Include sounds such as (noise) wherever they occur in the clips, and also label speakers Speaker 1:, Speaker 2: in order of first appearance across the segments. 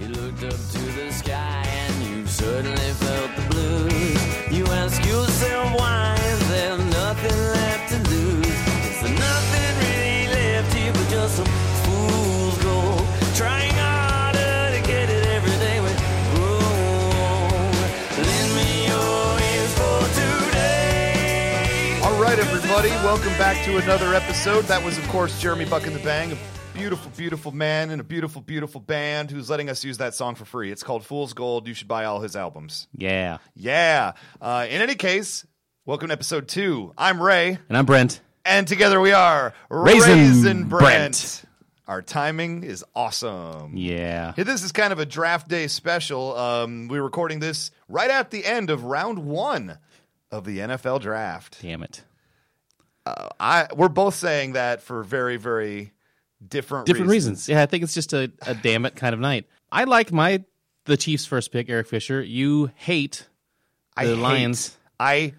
Speaker 1: looked up to the sky and you certainly felt the blues. You ask yourself why is there nothing left to lose? Is there nothing really left here but just some fool's gold? Trying harder to get it every day we grow old. Lend me your ears for today.
Speaker 2: All right, everybody, welcome back to another episode. That was, of course, Jeremy Buck and the Bang, a beautiful, beautiful man and a beautiful, beautiful band who's letting us use that song for free. It's called Fool's Gold. You should buy all his albums.
Speaker 3: Yeah.
Speaker 2: Yeah. Uh, in any case, welcome to episode two. I'm Ray,
Speaker 3: And I'm Brent.
Speaker 2: and together we are Brent.
Speaker 3: Raisin Brent.
Speaker 2: Our timing is awesome.
Speaker 3: Yeah.
Speaker 2: Hey, this is kind of a draft day special. Um, we're recording this right at the end of round one of the NFL draft.
Speaker 3: Damn it.
Speaker 2: I we're both saying that for very very different
Speaker 3: Different reasons. Yeah, I think it's just a, a damn it kind of night. I like my the Chiefs first pick, Eric Fisher. You hate
Speaker 2: I
Speaker 3: the
Speaker 2: hate-
Speaker 3: Lions.
Speaker 2: I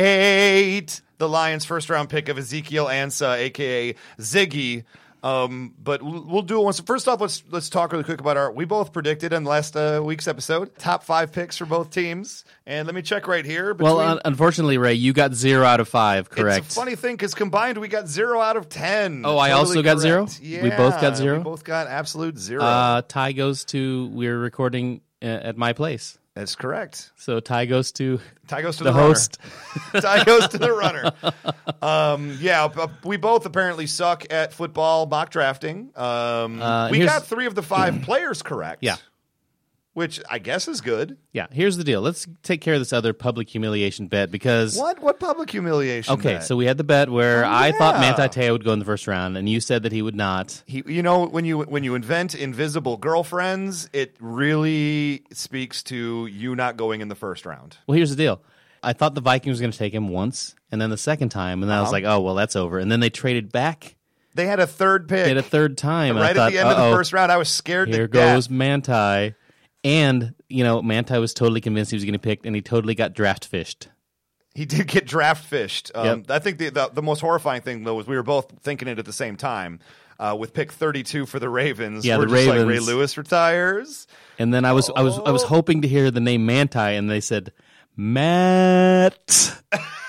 Speaker 2: hate the Lions' first round pick of Ezekiel Ansa, aka Ziggy. Um, but we'll we'll do it once. First off, let's let's talk really quick about our. We both predicted in last uh, week's episode top five picks for both teams, and let me check right here.
Speaker 3: Well,
Speaker 2: between-
Speaker 3: un- unfortunately, Ray, you got zero out of five. Correct.
Speaker 2: It's a funny thing because combined we got zero out of ten.
Speaker 3: Oh, I also got zero?
Speaker 2: Yeah,
Speaker 3: We both got zero?
Speaker 2: We both got absolute zero.
Speaker 3: Uh, tie goes to we're recording uh, at my place,
Speaker 2: That's correct.
Speaker 3: so tie goes to
Speaker 2: Tie goes to
Speaker 3: the
Speaker 2: the, runner.
Speaker 3: host.
Speaker 2: (laughs) Tie goes to the runner. Um, yeah, b- we both apparently suck at football mock drafting. Um,
Speaker 3: Uh, and
Speaker 2: we
Speaker 3: here's-
Speaker 2: got three of the
Speaker 3: (clears throat)
Speaker 2: five players correct.
Speaker 3: Yeah.
Speaker 2: which I guess is good.
Speaker 3: Yeah. Here's the deal. Let's take care of this other public humiliation bet because
Speaker 2: What? What public humiliation?
Speaker 3: Okay,
Speaker 2: Matt?
Speaker 3: so we had the bet where I thought
Speaker 2: yeah.
Speaker 3: Manti Te'o would go in the first round, and you said that he would not.
Speaker 2: He, you know when you when you invent invisible girlfriends, it really speaks to you not going in the first round.
Speaker 3: Well, here's the deal. I thought the Vikings were going to take him once, and then the second time, and then I was like, oh well, that's over. And then they traded back
Speaker 2: They had a third pick.
Speaker 3: they had a third time. and I
Speaker 2: right
Speaker 3: thought,
Speaker 2: at the end of
Speaker 3: "Uh-oh,
Speaker 2: the first round. I was scared.
Speaker 3: Here
Speaker 2: to death.
Speaker 3: goes Manti, and you know Manti was totally convinced he was going to pick, and he totally got draft fished.
Speaker 2: He did get draft fished. Um,
Speaker 3: Yep.
Speaker 2: I think the, the the most horrifying thing though was we were both thinking it at the same time. Uh, with pick 32 for the Ravens,
Speaker 3: Yeah,
Speaker 2: we're
Speaker 3: the
Speaker 2: just like Ray
Speaker 3: Ravens.
Speaker 2: Lewis retires.
Speaker 3: And then I was I was I
Speaker 2: Oh.
Speaker 3: was hoping to hear the name Manti, and they said
Speaker 2: (laughs)
Speaker 3: Matt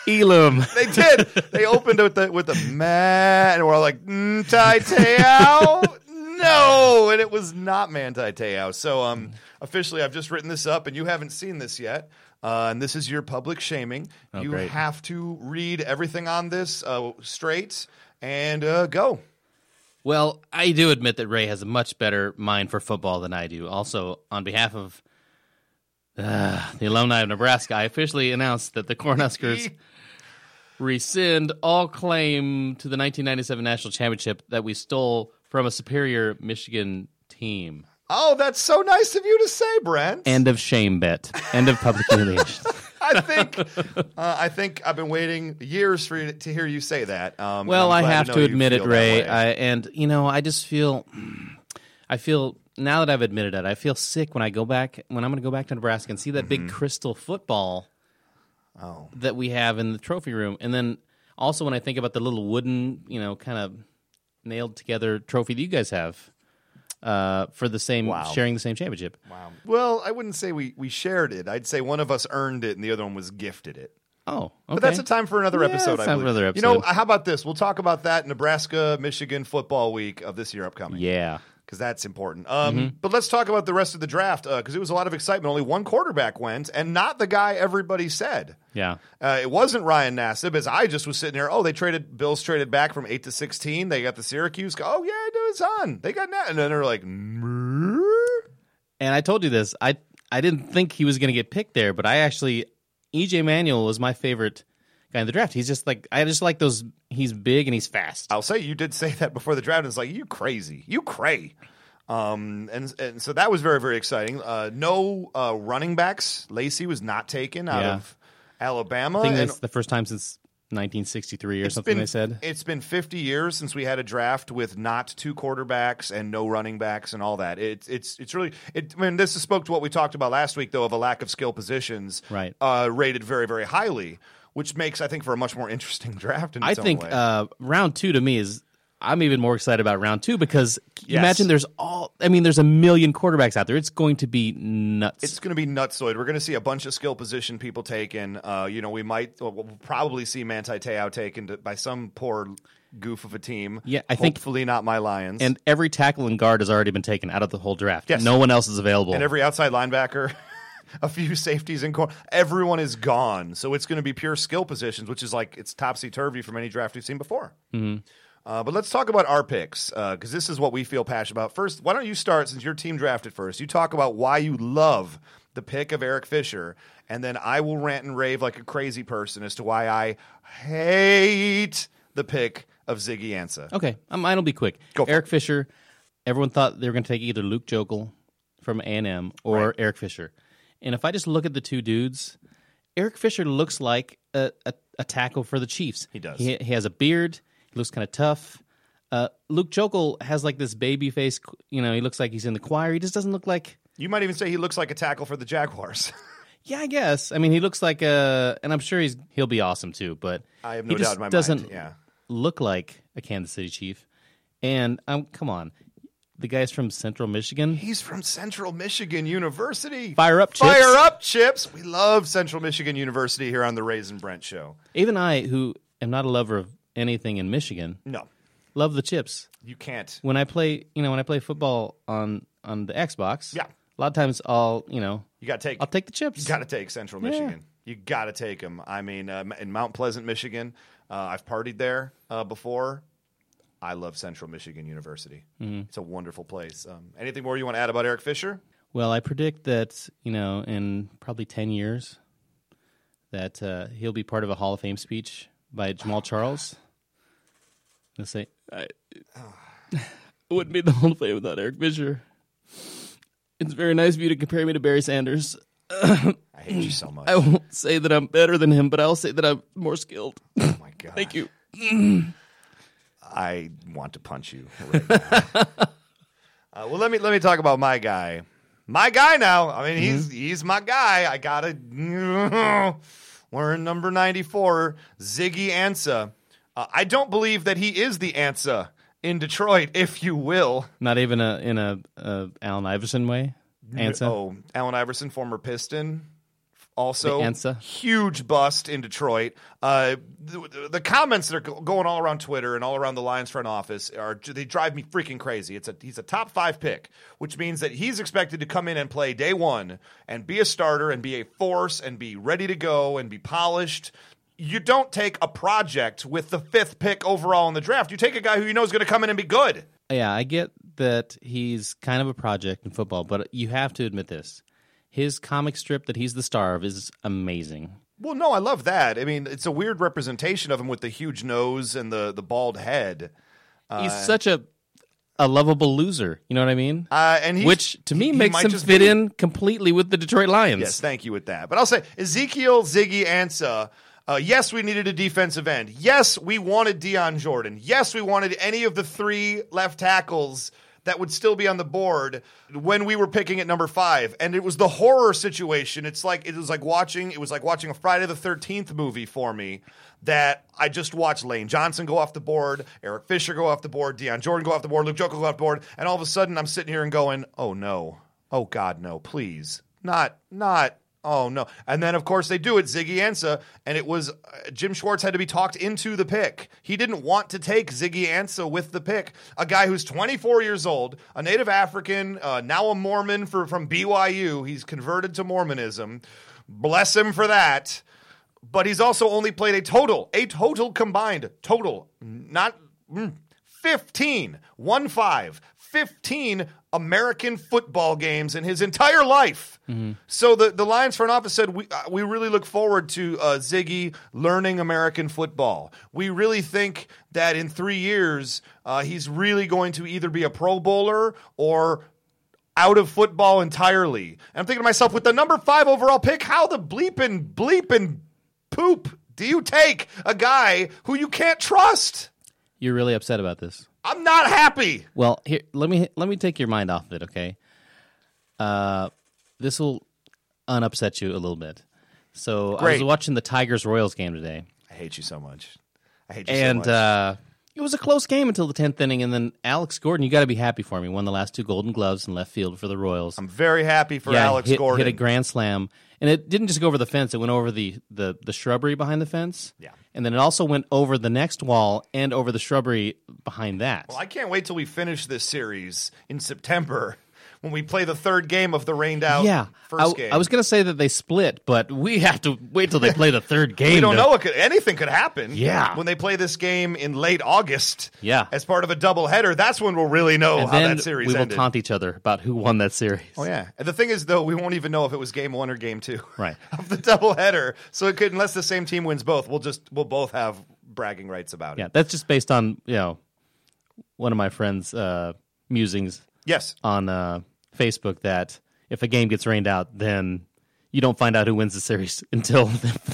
Speaker 3: Elam.
Speaker 2: They did. they opened with the with the Matt, and we're all like mm, Tai Teao. no, and it was not Man Tai Teao. So um, officially, I've just written this up, and you haven't seen this yet. Uh, and this is your public shaming. you
Speaker 3: Oh, great.
Speaker 2: have to read everything on this uh, straight and uh, go.
Speaker 3: Well, I do admit that Ray has a much better mind for football than I do. Also, on behalf of uh, the alumni of Nebraska, I officially announce that
Speaker 2: (laughs)
Speaker 3: the Cornhuskers rescind all claim to the 1997 national championship that we stole from a superior Michigan team.
Speaker 2: Oh, that's so nice of you to say, Brent.
Speaker 3: End of shame bet. End of public humiliation.
Speaker 2: (laughs) I
Speaker 3: (laughs)
Speaker 2: think uh, I think I've been waiting years for you to hear you say that. Um, and
Speaker 3: Well,
Speaker 2: I'm
Speaker 3: I
Speaker 2: glad
Speaker 3: have
Speaker 2: know
Speaker 3: to
Speaker 2: you
Speaker 3: admit it,
Speaker 2: feel that
Speaker 3: Ray.
Speaker 2: way.
Speaker 3: I, and you know, I just feel, I feel now that I've admitted it, I feel sick when I go back when I'm going to go back to Nebraska and see that
Speaker 2: Mm-hmm.
Speaker 3: big crystal football
Speaker 2: Oh.
Speaker 3: that we have in the trophy room, and then also when I think about the little wooden, you know, kind of nailed together trophy that you guys have uh, for the same
Speaker 2: Wow.
Speaker 3: sharing the same championship.
Speaker 2: Wow. Um, Well, I wouldn't say we, we shared it. I'd say one of us earned it and the other one was gifted it.
Speaker 3: Oh, okay.
Speaker 2: But that's a time for another
Speaker 3: Yeah,
Speaker 2: episode.
Speaker 3: that's
Speaker 2: I
Speaker 3: time for
Speaker 2: believe.
Speaker 3: another
Speaker 2: You know,
Speaker 3: episode.
Speaker 2: how about this? We'll talk about that Nebraska Michigan football week of this year upcoming.
Speaker 3: Yeah. Mm-hmm.
Speaker 2: because that's important. Um, But let's talk about the rest of the draft because it was a lot of excitement. Only one quarterback went, and not the guy everybody said.
Speaker 3: Yeah.
Speaker 2: Uh, it wasn't Ryan Nassib, as I just was sitting there. Oh, they traded Bills traded back from eight to sixteen. They got the Syracuse. Oh yeah, no, it's on. They got Nassib, and then they're like, "Mer?"
Speaker 3: And I told you this. I I didn't think he was going to get picked there, but I actually EJ Manuel was my favorite guy in the draft. He's just like I just like those. He's big and he's fast.
Speaker 2: I'll say you did say that before the draft. And it's like you crazy, you cray. Um, and and so that was very very exciting. Uh, no uh, running backs. Lacey was not taken out
Speaker 3: Yeah.
Speaker 2: of Alabama.
Speaker 3: I think
Speaker 2: and-
Speaker 3: that's the first time since 1963 or
Speaker 2: It's
Speaker 3: something
Speaker 2: been-
Speaker 3: they said.
Speaker 2: It's been 50 years since we had a draft with not two quarterbacks and no running backs and all that. It's it's it's really. It, I mean, this spoke to what we talked about last week, though, of a lack of skill positions,
Speaker 3: Right.
Speaker 2: Uh, rated very very highly, which makes I think for a much more interesting (laughs) draft. In
Speaker 3: I
Speaker 2: its own
Speaker 3: think
Speaker 2: way.
Speaker 3: uh, round two to me is I'm even more excited about round two because
Speaker 2: Yes.
Speaker 3: imagine there's all. I mean, there's a million quarterbacks out there. It's going to be nuts.
Speaker 2: It's going to be nutsoid. We're going to see a bunch of skill position people taken. Uh, you know, we might well, we'll probably see Manti Te'o taken to, by some poor goof of a team.
Speaker 3: Yeah, I think-
Speaker 2: hopefully not my Lions
Speaker 3: and every tackle and guard has already been taken out of the whole draft.
Speaker 2: Yes.
Speaker 3: No one else is available.
Speaker 2: and every outside linebacker, (laughs) a few safeties and corner. Everyone is gone, so it's going to be pure skill positions, which is like it's topsy turvy from any draft we've seen before. Uh, but let's talk about our picks because this is what we feel passionate about. First, why don't you start since your team drafted first? You talk about why you love the pick of Eric Fisher, and then I will rant and rave like a crazy person as to why I hate the pick of Ziggy Ansah.
Speaker 3: Okay, um, mine'll be quick.
Speaker 2: Uh, Go for
Speaker 3: Eric Fisher. Everyone thought they were going to take either Luke Jokel from A and M or Eric Fisher. And if I just look at the two dudes, Eric Fisher looks like a, a, a tackle for the Chiefs. He
Speaker 2: does.
Speaker 3: He, has a beard. He looks kind of tough. Uh, Luke Jokel has like this baby face. You know, he looks like he's in the choir. He just doesn't look like.
Speaker 2: You might even say he looks like a tackle for the Jaguars. (laughs)
Speaker 3: Yeah, I guess. I mean, he looks like a, and I'm sure he's he'll be awesome too. But
Speaker 2: I have
Speaker 3: he
Speaker 2: no
Speaker 3: just
Speaker 2: doubt in my
Speaker 3: doesn't
Speaker 2: mind. Yeah.
Speaker 3: look like a Kansas City Chief. And um, come on, the guy's from Central Michigan.
Speaker 2: He's from Central Michigan University.
Speaker 3: Fire up, Chips.
Speaker 2: Fire up, Chips. We love Central Michigan University here on the Raisin Brent Show.
Speaker 3: Even I, who am not a lover of anything in Michigan,
Speaker 2: No,
Speaker 3: love the chips.
Speaker 2: you can't.
Speaker 3: When I play, you know, when I play football on on the Xbox,
Speaker 2: Yeah.
Speaker 3: a lot of times I'll, you know,
Speaker 2: You got to take.
Speaker 3: I'll take the chips.
Speaker 2: You got to take Central Michigan. You got to take them. I mean, uh, in Mount Pleasant, Michigan, uh, I've partied there uh, before. I love Central Michigan University.
Speaker 3: Mm-hmm.
Speaker 2: It's a wonderful place. Um, anything more you want to add about Eric Fisher?
Speaker 3: Well, I predict that you know, in probably ten years, that uh, he'll be part of a Hall of Fame speech by Jamal Charles. He'll say, I, "It wouldn't be the Hall of Fame without Eric Fisher." It's very nice of you to compare me to Barry Sanders.
Speaker 2: I hate you so much.
Speaker 3: (laughs) I won't say that I'm better than him, but I'll say that I'm more skilled.
Speaker 2: oh my god!
Speaker 3: Thank you.
Speaker 2: I want to punch you right now. (laughs) uh, well, let me let me talk about my guy. My guy now. I mean, he's he's my guy. I gotta. (laughs) We're in number ninety four. Ziggy Ansah. Uh, I don't believe that he is the Ansah in Detroit, if you will.
Speaker 3: (laughs) Not even a, in a, a Allen Iverson way. Answer.
Speaker 2: Oh, Allen Iverson, former Piston. Also,
Speaker 3: The Ansah.
Speaker 2: huge bust in Detroit. Uh, the, the comments that are go- going all around Twitter and all around the Lions front office are they drive me freaking crazy. It's a he's a top five pick, which means that he's expected to come in and play day one and be a starter and be a force and be ready to go and be polished. You don't take a project with the fifth pick overall in the draft. You take a guy who you know is going to come in and be good.
Speaker 3: Yeah, I get that he's kind of a project in football, but you have to admit this. His comic strip that he's the star of is amazing.
Speaker 2: Well, no, I love that. I mean, it's a weird representation of him with the huge nose and the the bald head.
Speaker 3: he's such a a lovable loser. You know what I mean?
Speaker 2: Uh, and he's,
Speaker 3: Which to me
Speaker 2: he- he
Speaker 3: makes
Speaker 2: might
Speaker 3: him
Speaker 2: just
Speaker 3: fit
Speaker 2: be-
Speaker 3: in completely with the Detroit Lions.
Speaker 2: Yes, thank you with that. But I'll say Ezekiel Ziggy Ansah. Uh, yes, we needed a defensive end. Yes, we wanted Deion Jordan. Yes, we wanted any of the three left tackles that would still be on the board when we were picking at number five. And it was the horror situation. It's like it was like watching it was like watching a Friday the thirteenth movie for me that I just watched Lane Johnson go off the board, Eric Fisher go off the board, Deion Jordan go off the board, Luke Jokel go off the board, and all of a sudden I'm sitting here and going, Oh no. Oh God, no, please not not oh no and then of course they do it ziggy ansah and it was uh, jim schwartz had to be talked into the pick he didn't want to take ziggy ansah with the pick a guy who's 24 years old a native african uh, now a mormon for, from byu he's converted to mormonism bless him for that but he's also only played a total, a total combined total, not mm, 15, 1 5, 15 American football games in his entire life. So the, the Lions front office said, we, uh, we really look forward to uh, Ziggy learning American football. We really think that in three years, uh, he's really going to either be a Pro Bowler or out of football entirely. And I'm thinking to myself, with the number five overall pick, how the bleepin' bleepin' poop do you take a guy who you can't trust?
Speaker 3: You're really upset about this.
Speaker 2: I'm not happy.
Speaker 3: Well, here let me let me take your mind off of it, okay? Uh, this will unupset you a little bit. So I
Speaker 2: Great.
Speaker 3: was watching the Tigers Royals game today,
Speaker 2: I hate you so much. I hate you
Speaker 3: and
Speaker 2: so much.
Speaker 3: uh, It was a close game until the tenth inning, and then Alex Gordon, you got to be happy for him. He won the last two Golden Gloves in left field for the Royals.
Speaker 2: I'm very happy for
Speaker 3: yeah,
Speaker 2: Alex
Speaker 3: hit,
Speaker 2: Gordon.
Speaker 3: hit a grand slam, and it didn't just go over the fence; it went over the the, the shrubbery behind the fence.
Speaker 2: Yeah.
Speaker 3: and then it also went over the next wall and over the shrubbery behind that.
Speaker 2: Well, I can't wait till we finish this series in September (laughs) when we play the third game of the rained out
Speaker 3: yeah,
Speaker 2: first
Speaker 3: I,
Speaker 2: game.
Speaker 3: I was gonna say that they split, but we have to wait
Speaker 2: (laughs)
Speaker 3: till they play the third game.
Speaker 2: we don't
Speaker 3: to-
Speaker 2: know what could, anything could happen.
Speaker 3: Yeah.
Speaker 2: when they play this game in late August.
Speaker 3: Yeah.
Speaker 2: as part of a doubleheader, that's when we'll really know
Speaker 3: And
Speaker 2: how
Speaker 3: then
Speaker 2: that series
Speaker 3: we will
Speaker 2: ended.
Speaker 3: taunt each other about who won that series.
Speaker 2: oh yeah, and the thing is though, we won't even know if it was game one or game two.
Speaker 3: Right.
Speaker 2: (laughs) of the doubleheader. So it could, unless the same team wins both, we'll just we'll both have bragging rights about it.
Speaker 3: Yeah, that's just based on you know one of my friends' uh, musings
Speaker 2: Yes.
Speaker 3: on uh, Facebook that if a game gets rained out, then you don't find out who wins the series (laughs) until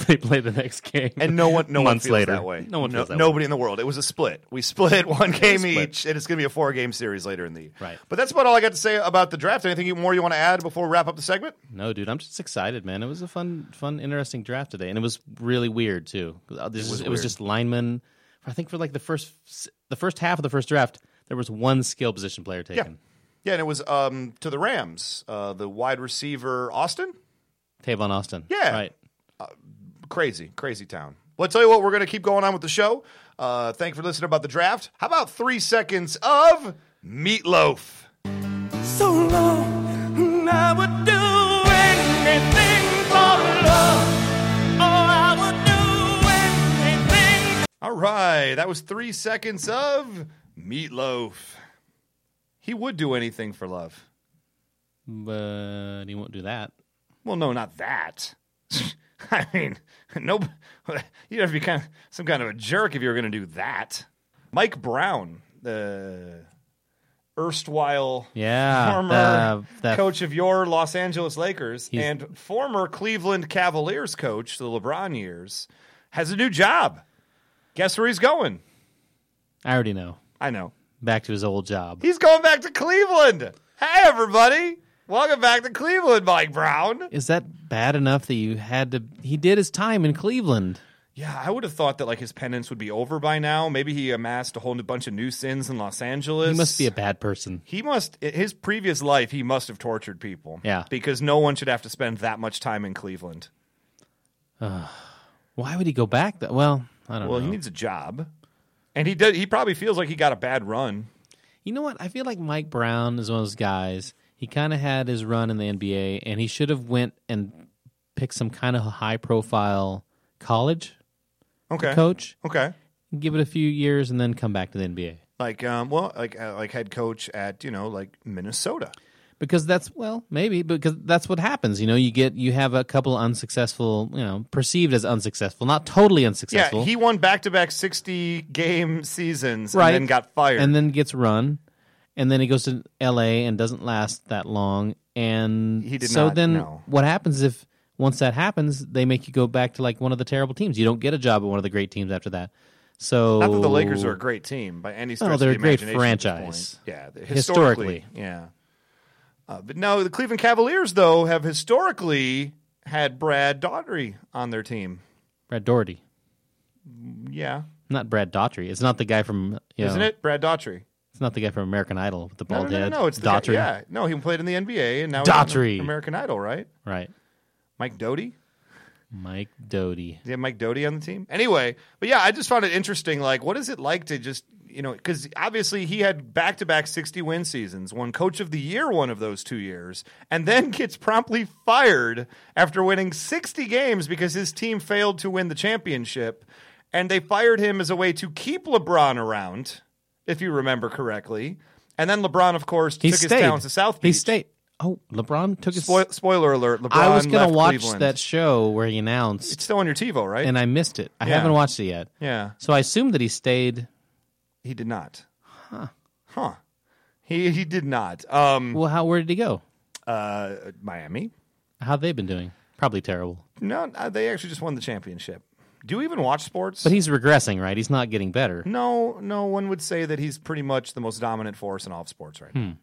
Speaker 3: they play the next game.
Speaker 2: And no one, no
Speaker 3: months
Speaker 2: one feels
Speaker 3: later.
Speaker 2: that way.
Speaker 3: No one feels that
Speaker 2: nobody in the world. It was a split. We (laughs) split one game
Speaker 3: split.
Speaker 2: each, and it's going to be a four-game series later in the.
Speaker 3: Right.
Speaker 2: But that's about all I got to say about the draft. Anything you- more you want to add before we wrap up the segment?
Speaker 3: way. No, dude, I'm just excited, man. It was a fun, fun, interesting draft today, and it was really weird too. Uh, This it was, it was
Speaker 2: weird.
Speaker 3: just linemen. I think for like the first, the first half of the first draft, there was one skill position player
Speaker 2: Yeah.
Speaker 3: taken.
Speaker 2: Yeah, and it was um, to the Rams, uh, the wide receiver Austin.
Speaker 3: Tavon Austin.
Speaker 2: Yeah.
Speaker 3: Right.
Speaker 2: Crazy, crazy town. Well, I tell you what, we're going to keep going on with the show. Uh, thank you for listening about the draft. How about three seconds of meatloaf?
Speaker 1: so long. And I would do anything for love. Oh, I would do anything.
Speaker 2: All right, that was three seconds of meatloaf. He would do anything for love.
Speaker 3: But he won't do that.
Speaker 2: Well, no, not that. (laughs) I mean, nope. (laughs) You'd have to be kind of some kind of a jerk if you were going to do that. Mike Brown, the erstwhile
Speaker 3: Yeah,
Speaker 2: former
Speaker 3: the- the-
Speaker 2: coach of your Los Angeles Lakers
Speaker 3: He's-
Speaker 2: and former Cleveland Cavaliers coach, the LeBron years, has a new job. Guess where he's going?
Speaker 3: I already know.
Speaker 2: I know.
Speaker 3: Back to his old job.
Speaker 2: He's going back to Cleveland. Hey, everybody. Welcome back to Cleveland, Mike Brown.
Speaker 3: Is that bad enough that you had to? He did his time in Cleveland.
Speaker 2: Yeah, I would have thought that like his penance would be over by now. Maybe he amassed a whole new bunch of new sins in Los Angeles.
Speaker 3: He must be a bad person.
Speaker 2: He must in his previous life he must have tortured people.
Speaker 3: Yeah.
Speaker 2: Because no one should have to spend that much time in Cleveland.
Speaker 3: Why would he go back? That well, I don't
Speaker 2: Well,
Speaker 3: know.
Speaker 2: he needs a job. And he did he probably feels like he got a bad run.
Speaker 3: you know what? I feel like Mike Brown is one of those guys. He kind of had his run in the NBA, and he should have went and picked some kind of high profile college
Speaker 2: Okay.
Speaker 3: coach,
Speaker 2: Okay.
Speaker 3: give it a few years, and then come back to the NBA
Speaker 2: Like um well like uh, like head coach at, you know, like Minnesota.
Speaker 3: because that's well maybe because that's what happens. You know, you get you have a couple unsuccessful, you know, perceived as unsuccessful, not totally
Speaker 2: Yeah,
Speaker 3: unsuccessful.
Speaker 2: he won back to back sixty game seasons
Speaker 3: Right.
Speaker 2: and then got fired.
Speaker 3: and then gets run, and then he goes to L.A. and doesn't last that long. And
Speaker 2: He did
Speaker 3: so
Speaker 2: not,
Speaker 3: then
Speaker 2: no.
Speaker 3: what happens if once that happens, they make you go back to like one of the terrible teams? You don't get a job at one of the great teams after that. So
Speaker 2: Not that the Lakers are a great team by any stretch.
Speaker 3: No, Oh, they're
Speaker 2: of
Speaker 3: a
Speaker 2: the
Speaker 3: great
Speaker 2: imagination at this point.
Speaker 3: franchise.
Speaker 2: Yeah, th- historically,
Speaker 3: Historically.
Speaker 2: yeah. Uh, but no, the Cleveland Cavaliers though have historically had Brad Daughtry on their team.
Speaker 3: Brad Doherty,
Speaker 2: Yeah,
Speaker 3: not Brad Daughtry. It's not the guy from you know,
Speaker 2: isn't it Brad Daughtry?
Speaker 3: It's not the guy from American Idol with the
Speaker 2: No,
Speaker 3: bald
Speaker 2: no, no, no,
Speaker 3: head.
Speaker 2: no, it's the guy-
Speaker 3: Daughtry,
Speaker 2: yeah, no, he played in the NBA and now he's on
Speaker 3: Daughtry.
Speaker 2: American Idol, right?
Speaker 3: right?
Speaker 2: Mike Doty.
Speaker 3: Mike Doty.
Speaker 2: Did you have Mike Doty on the team? Anyway, but yeah, I just found it interesting. Like, what is it like to just, you know, because obviously he had back to back 60 win seasons, won coach of the year one of those two years, and then (laughs) gets promptly fired after winning 60 games because his team failed to win the championship. And they fired him as a way to keep LeBron around, if you remember correctly. And then LeBron, of course,
Speaker 3: He
Speaker 2: took
Speaker 3: stayed.
Speaker 2: his talents to South Beach.
Speaker 3: He stayed. Oh, LeBron took his.
Speaker 2: Spoil- spoiler alert: LeBron
Speaker 3: I was gonna
Speaker 2: left
Speaker 3: watch
Speaker 2: Cleveland.
Speaker 3: that show where he announced,
Speaker 2: It's still on your TiVo, right?
Speaker 3: and I missed it. I
Speaker 2: Yeah.
Speaker 3: haven't watched it yet.
Speaker 2: yeah.
Speaker 3: So I assume that he stayed.
Speaker 2: He did not. Huh. Huh. He he did not. Um
Speaker 3: Well, how where did he go?
Speaker 2: uh Miami?
Speaker 3: How they been doing? Probably terrible.
Speaker 2: No, uh, they actually just won the championship. Do you even watch sports?
Speaker 3: But he's regressing, right? He's not getting better.
Speaker 2: no, no one would say that he's pretty much the most dominant force in all of sports right now.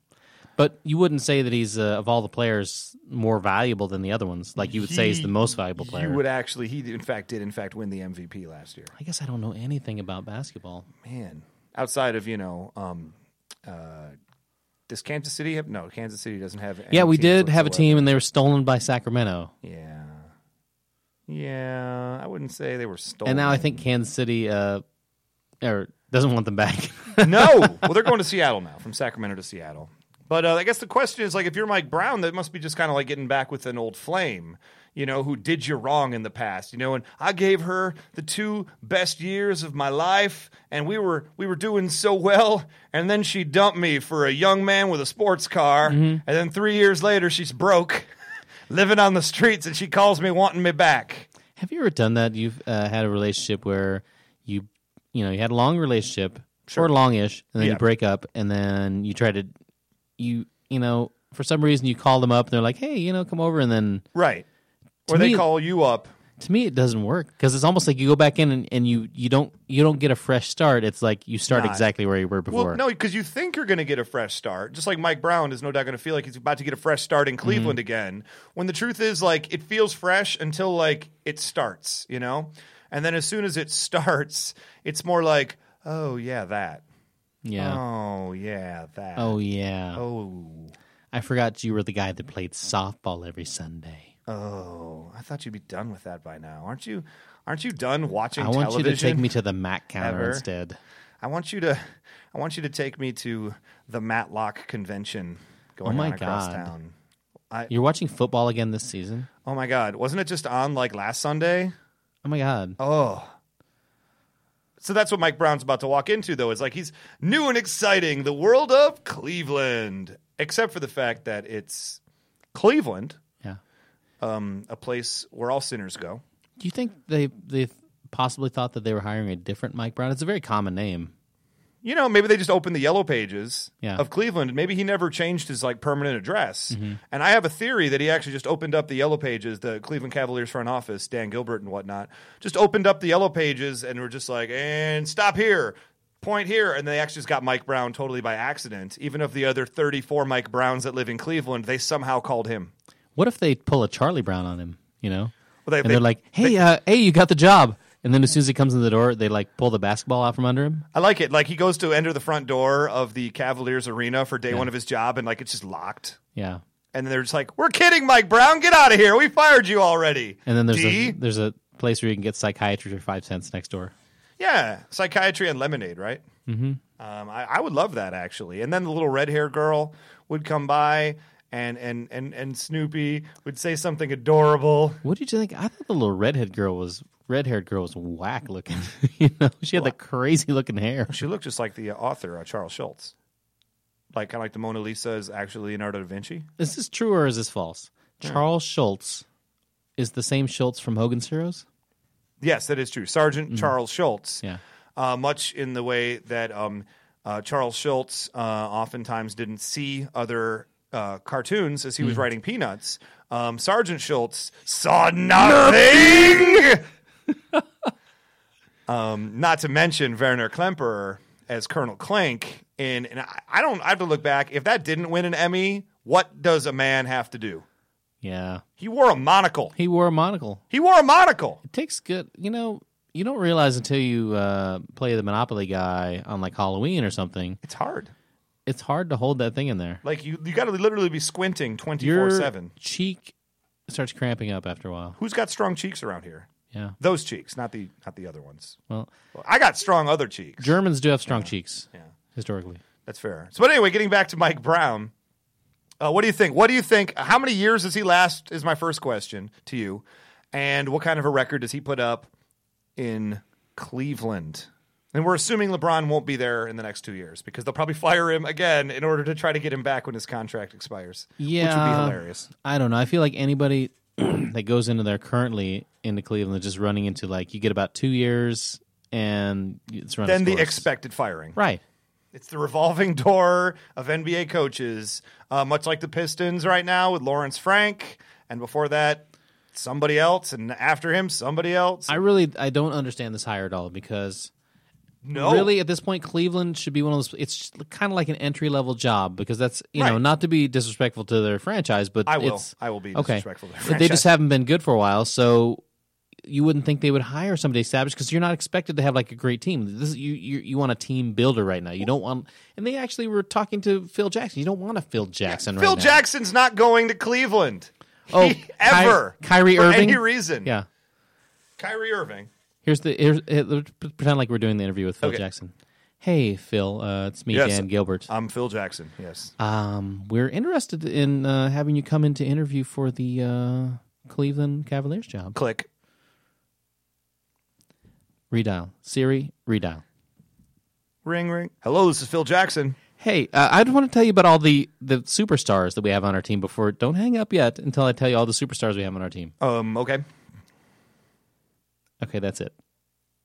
Speaker 3: But you wouldn't say that he's uh, of all the players more valuable than the other ones. Like you would say he's
Speaker 2: He-
Speaker 3: the most valuable player.
Speaker 2: You would actually he in fact did in fact win the MVP last year.
Speaker 3: I guess I don't know anything about basketball.
Speaker 2: Man, outside of you know um, uh, does Kansas City have no Kansas City doesn't have any
Speaker 3: Yeah, we
Speaker 2: teams
Speaker 3: did have
Speaker 2: whatsoever.
Speaker 3: a team, and they were stolen by Sacramento.
Speaker 2: yeah yeah I wouldn't say they were stolen
Speaker 3: And now I think Kansas City uh, or doesn't want them back. (laughs)
Speaker 2: no well they're going to Seattle now from Sacramento to Seattle but uh, I guess the question is like if you're Mike Brown that must be just kind of like getting back with an old flame you know who did you wrong in the past you know and I gave her the two best years of my life and we were we were doing so well and then she dumped me for a young man with a sports car
Speaker 3: Mm-hmm.
Speaker 2: and then 3 years later she's broke (laughs) living on the streets and she calls me wanting me back
Speaker 3: have you ever done that? You've uh, had a relationship where you, you know, you had a long relationship, or longish, and then
Speaker 2: Yeah.
Speaker 3: you break up, and then you try to, you, you know, for some reason you call them up, and they're like, hey, you know, come over, and then
Speaker 2: right
Speaker 3: To
Speaker 2: or they
Speaker 3: me-
Speaker 2: call you up
Speaker 3: to me it doesn't work because it's almost like you go back in and, and you you don't you don't get a fresh start. It's like you start
Speaker 2: Nah.
Speaker 3: exactly where you were before.
Speaker 2: Well, no, because you think you're going to get a fresh start, just like Mike Brown is no doubt going to feel like he's about to get a fresh start in Cleveland
Speaker 3: Mm-hmm.
Speaker 2: again. When the truth is, like, it feels fresh until like it starts, you know, and then as soon as it (laughs) starts, it's more like, oh yeah, that,
Speaker 3: yeah.
Speaker 2: oh yeah, that,
Speaker 3: Oh yeah.
Speaker 2: oh,
Speaker 3: I forgot you were the guy that played softball every Sunday.
Speaker 2: oh. I thought you'd be done with that by now, aren't you? Aren't you done watching?
Speaker 3: I want you
Speaker 2: television?
Speaker 3: to take me to the Mac counter
Speaker 2: Ever.
Speaker 3: instead.
Speaker 2: I want you to I want you to take me to the Matlock convention going
Speaker 3: Oh my
Speaker 2: on across
Speaker 3: God.
Speaker 2: town. I,
Speaker 3: You're watching football again this season?
Speaker 2: oh my god, wasn't it just on like last Sunday?
Speaker 3: Oh my god.
Speaker 2: Oh. So that's what Mike Brown's about to walk into though. Is like he's new and exciting, the world of Cleveland, except for the fact that it's Cleveland,
Speaker 3: Yeah.
Speaker 2: um, a place where all sinners go.
Speaker 3: Do you think they they possibly thought that they were hiring a different Mike Brown? It's a very common name.
Speaker 2: you know, maybe they just opened the yellow pages
Speaker 3: Yeah. Mm-hmm.
Speaker 2: of Cleveland. Maybe he never changed his like permanent address. And I have a theory that he actually just opened up the yellow pages, the Cleveland Cavaliers front office, Dan Gilbert and whatnot, just opened up the yellow pages and were just like, and stop here, point here. And they actually just got Mike Brown totally by accident. Even of the other 34 Mike Browns that live in Cleveland, they somehow called him.
Speaker 3: What if they pull a Charlie Brown on him, you know?
Speaker 2: Well, they-
Speaker 3: and
Speaker 2: they-
Speaker 3: they're like, "Hey, uh, hey, you got the job." And then as soon as he comes in the door, they like pull the basketball out from under him.
Speaker 2: I like it. Like he goes to enter the front door of the Cavaliers arena for day one of his job and like it's just locked.
Speaker 3: Yeah.
Speaker 2: And they're just like, "We're kidding, Mike Brown. Get out of here. We fired you already."
Speaker 3: And then there's
Speaker 2: D?
Speaker 3: a there's a place where you can get psychiatry for five cents next door.
Speaker 2: yeah, psychiatry and lemonade, right? Mm-hmm. Um, I, I would love that actually. And then the little red hair girl would come by, and and and and Snoopy would say something adorable.
Speaker 3: What did you think? I thought the little redhead girl was red haired girl was whack looking. (laughs) you know, she had the crazy looking hair.
Speaker 2: She looked just like the uh, author uh, Charles Schultz, like kind of like the Mona Lisa is actually Leonardo da Vinci.
Speaker 3: Is this true or is this false? Charles Schultz is the same Schultz from Hogan's Heroes.
Speaker 2: Yes, that is true. Sergeant Charles Schultz.
Speaker 3: Mm-hmm. Yeah.
Speaker 2: Uh, much in the way that um, uh, Charles Schultz uh, oftentimes didn't see other uh, cartoons as he was writing Peanuts. Um, Sergeant Schultz saw nothing. (laughs) um, not to mention Werner Klemperer as Colonel Clank. In, and I, I don't. I have to look back. If that didn't win an Emmy, what does a man have to do?
Speaker 3: Yeah,
Speaker 2: He wore a monocle.
Speaker 3: he wore a monocle.
Speaker 2: He wore a monocle.
Speaker 3: It takes good. You know, you don't realize until you uh, play the Monopoly guy on like Halloween or something.
Speaker 2: It's hard.
Speaker 3: It's hard to hold that thing in there.
Speaker 2: Like you, you got to literally be squinting twenty
Speaker 3: Your
Speaker 2: four seven.
Speaker 3: cheek starts cramping up after a while.
Speaker 2: Who's got strong cheeks around here?
Speaker 3: Yeah.
Speaker 2: Those cheeks, not the not the other ones.
Speaker 3: Well,
Speaker 2: Well, I got strong other cheeks.
Speaker 3: Germans do have strong cheeks. Yeah. Historically.
Speaker 2: That's fair. So, but anyway, getting back to Mike Brown, uh, what do you think? What do you think? How many years does he last? Is my first question to you, and what kind of a record does he put up in Cleveland? And we're assuming LeBron won't be there in the next two years because they'll probably fire him again in order to try to get him back when his contract expires. which would be
Speaker 3: Yeah.
Speaker 2: hilarious.
Speaker 3: I don't know. I feel like anybody (clears throat) that goes into there currently into Cleveland is just running into like you get about two years and it's
Speaker 2: Then
Speaker 3: running.
Speaker 2: the expected firing.
Speaker 3: right.
Speaker 2: It's the revolving door of NBA coaches, uh, much like the Pistons right now with Lawrence Frank, and before that, somebody else, and after him, somebody else.
Speaker 3: I really I don't understand this hire at all because
Speaker 2: no,
Speaker 3: really at this point Cleveland should be one of those. It's kind of like an entry level job because that's you know
Speaker 2: Right.
Speaker 3: not to be disrespectful to their franchise, but
Speaker 2: I will.
Speaker 3: it's
Speaker 2: I will be
Speaker 3: okay.
Speaker 2: disrespectful. To the
Speaker 3: They just
Speaker 2: franchise.
Speaker 3: haven't been good for a while, so you wouldn't think they would hire somebody established because you're not expected to have like a great team. This is, you, you you want a team builder right now. You don't want, and they actually were talking to Phil Jackson. You don't want a Phil Jackson.
Speaker 2: Phil
Speaker 3: right now.
Speaker 2: Jackson's not going to Cleveland.
Speaker 3: Oh,
Speaker 2: He-
Speaker 3: Ky-
Speaker 2: (laughs) ever.
Speaker 3: Kyrie
Speaker 2: for
Speaker 3: Irving?
Speaker 2: any reason.
Speaker 3: Yeah.
Speaker 2: Kyrie Irving.
Speaker 3: Here's the here's, here- let's p- pretend like we're doing the interview with Phil
Speaker 2: Okay.
Speaker 3: Jackson. Hey Phil, uh, it's me,
Speaker 2: Yes.
Speaker 3: Dan Gilbert.
Speaker 2: I'm Phil Jackson. Yes.
Speaker 3: Um, we're interested in uh, having you come in to interview for the uh, Cleveland Cavaliers job.
Speaker 2: Click.
Speaker 3: Redial Siri, redial.
Speaker 2: Ring ring. Hello, this is Phil Jackson.
Speaker 3: Hey, uh, I want to tell you about all the the superstars that we have on our team. Before, don't hang up yet until I tell you all the superstars we have on our team.
Speaker 2: Um, okay.
Speaker 3: Okay, that's it.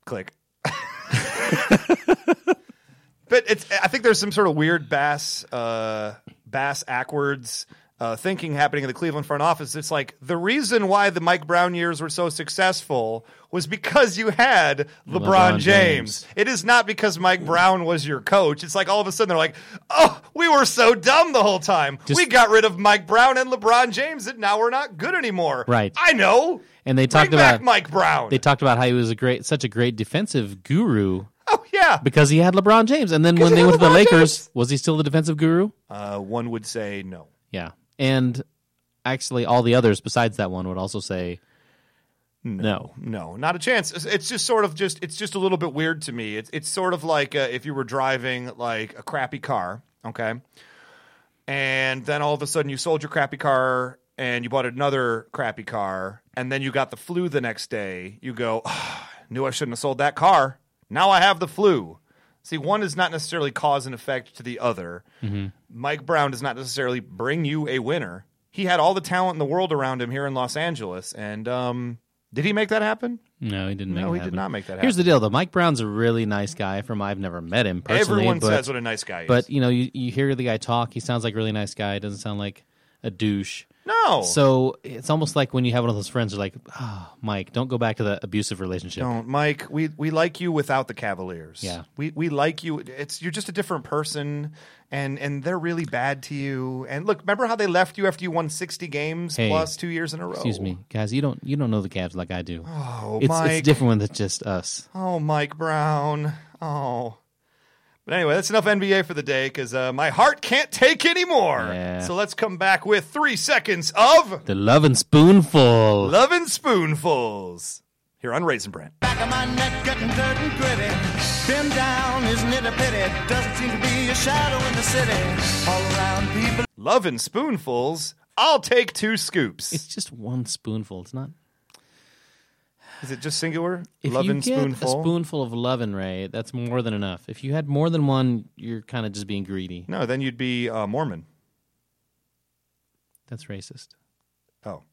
Speaker 2: Click. (laughs) but it's I think there's some sort of weird bass uh bass backwards uh, thinking happening in the Cleveland front office. It's like the reason why the Mike Brown years were so successful was because you had LeBron,
Speaker 3: LeBron
Speaker 2: James.
Speaker 3: James.
Speaker 2: It is not because Mike Brown was your coach. It's like all of a sudden they're like, oh, we were so dumb the whole time.
Speaker 3: Just-
Speaker 2: we got rid of Mike Brown and LeBron James, and now we're not good anymore.
Speaker 3: Right.
Speaker 2: I know.
Speaker 3: And they
Speaker 2: Bring
Speaker 3: talked
Speaker 2: back
Speaker 3: about
Speaker 2: Mike Brown.
Speaker 3: they talked about how he was a great, such a great defensive guru
Speaker 2: oh yeah.
Speaker 3: because he had LeBron James. And then when
Speaker 2: he
Speaker 3: they
Speaker 2: had
Speaker 3: went to the
Speaker 2: LeBron
Speaker 3: Lakers,
Speaker 2: James.
Speaker 3: was he still the defensive guru?
Speaker 2: Uh, one would say no.
Speaker 3: Yeah. And actually, all the others besides that one would also say no.
Speaker 2: No, not a chance. It's- It's just sort of just it's just a little bit weird to me. It's it's sort of like uh, if you were driving like a crappy car, okay, and then all of a sudden you sold your crappy car and you bought another crappy car, and then you got the flu the next day. You go, "Ah, knew I shouldn't have sold that car. Now I have the flu. See, one is not necessarily cause and effect to the other. Mike Brown does not necessarily bring you a winner. He had all the talent in the world around him here in Los Angeles, and um, did he make that happen?
Speaker 3: No, he didn't make
Speaker 2: No,
Speaker 3: it
Speaker 2: he did
Speaker 3: happen.
Speaker 2: not make that
Speaker 3: Here's the deal, though. Mike Brown's a really nice guy. From I've never met him personally,
Speaker 2: Everyone
Speaker 3: but,
Speaker 2: says what a nice guy is.
Speaker 3: but you know, you, you hear the guy talk. He sounds like a really nice guy. Doesn't sound like a douche.
Speaker 2: no,
Speaker 3: So it's almost like when you have one of those friends, who's like, "Ah, Mike, don't go back to that abusive relationship."
Speaker 2: don't, Mike. We we like you without the Cavaliers.
Speaker 3: Yeah.
Speaker 2: we we like you. It's you're just a different person, and and they're really bad to you. And look, remember how they left you after you won sixty games
Speaker 3: Hey,
Speaker 2: plus two years in a row.
Speaker 3: Excuse me, guys. You don't you don't know the Cavs like I do.
Speaker 2: Oh,
Speaker 3: it's
Speaker 2: Mike.
Speaker 3: it's different when it's just us.
Speaker 2: Oh, Mike Brown. Oh. But anyway, that's enough NBA for the day because uh, my heart can't take anymore.
Speaker 3: Yeah.
Speaker 2: So let's come back with three seconds of
Speaker 3: The love and spoonful.
Speaker 2: Love and Spoonfuls here on Raisin Brand.
Speaker 1: back of my neck getting dirt and gritty. Been down, isn't it a pity? Doesn't seem to be a shadow in the city. All around people.
Speaker 2: Love and Spoonfuls. I'll take two
Speaker 3: It's
Speaker 2: scoops.
Speaker 3: just one spoonful. It's not.
Speaker 2: Is it just singular?
Speaker 3: If
Speaker 2: Love
Speaker 3: you
Speaker 2: and
Speaker 3: get
Speaker 2: Spoonful.
Speaker 3: a spoonful of lovin' Ray, that's more than enough. If you had more than one, you're kind of just being greedy.
Speaker 2: no, then you'd be uh, Mormon.
Speaker 3: That's racist,
Speaker 2: Oh,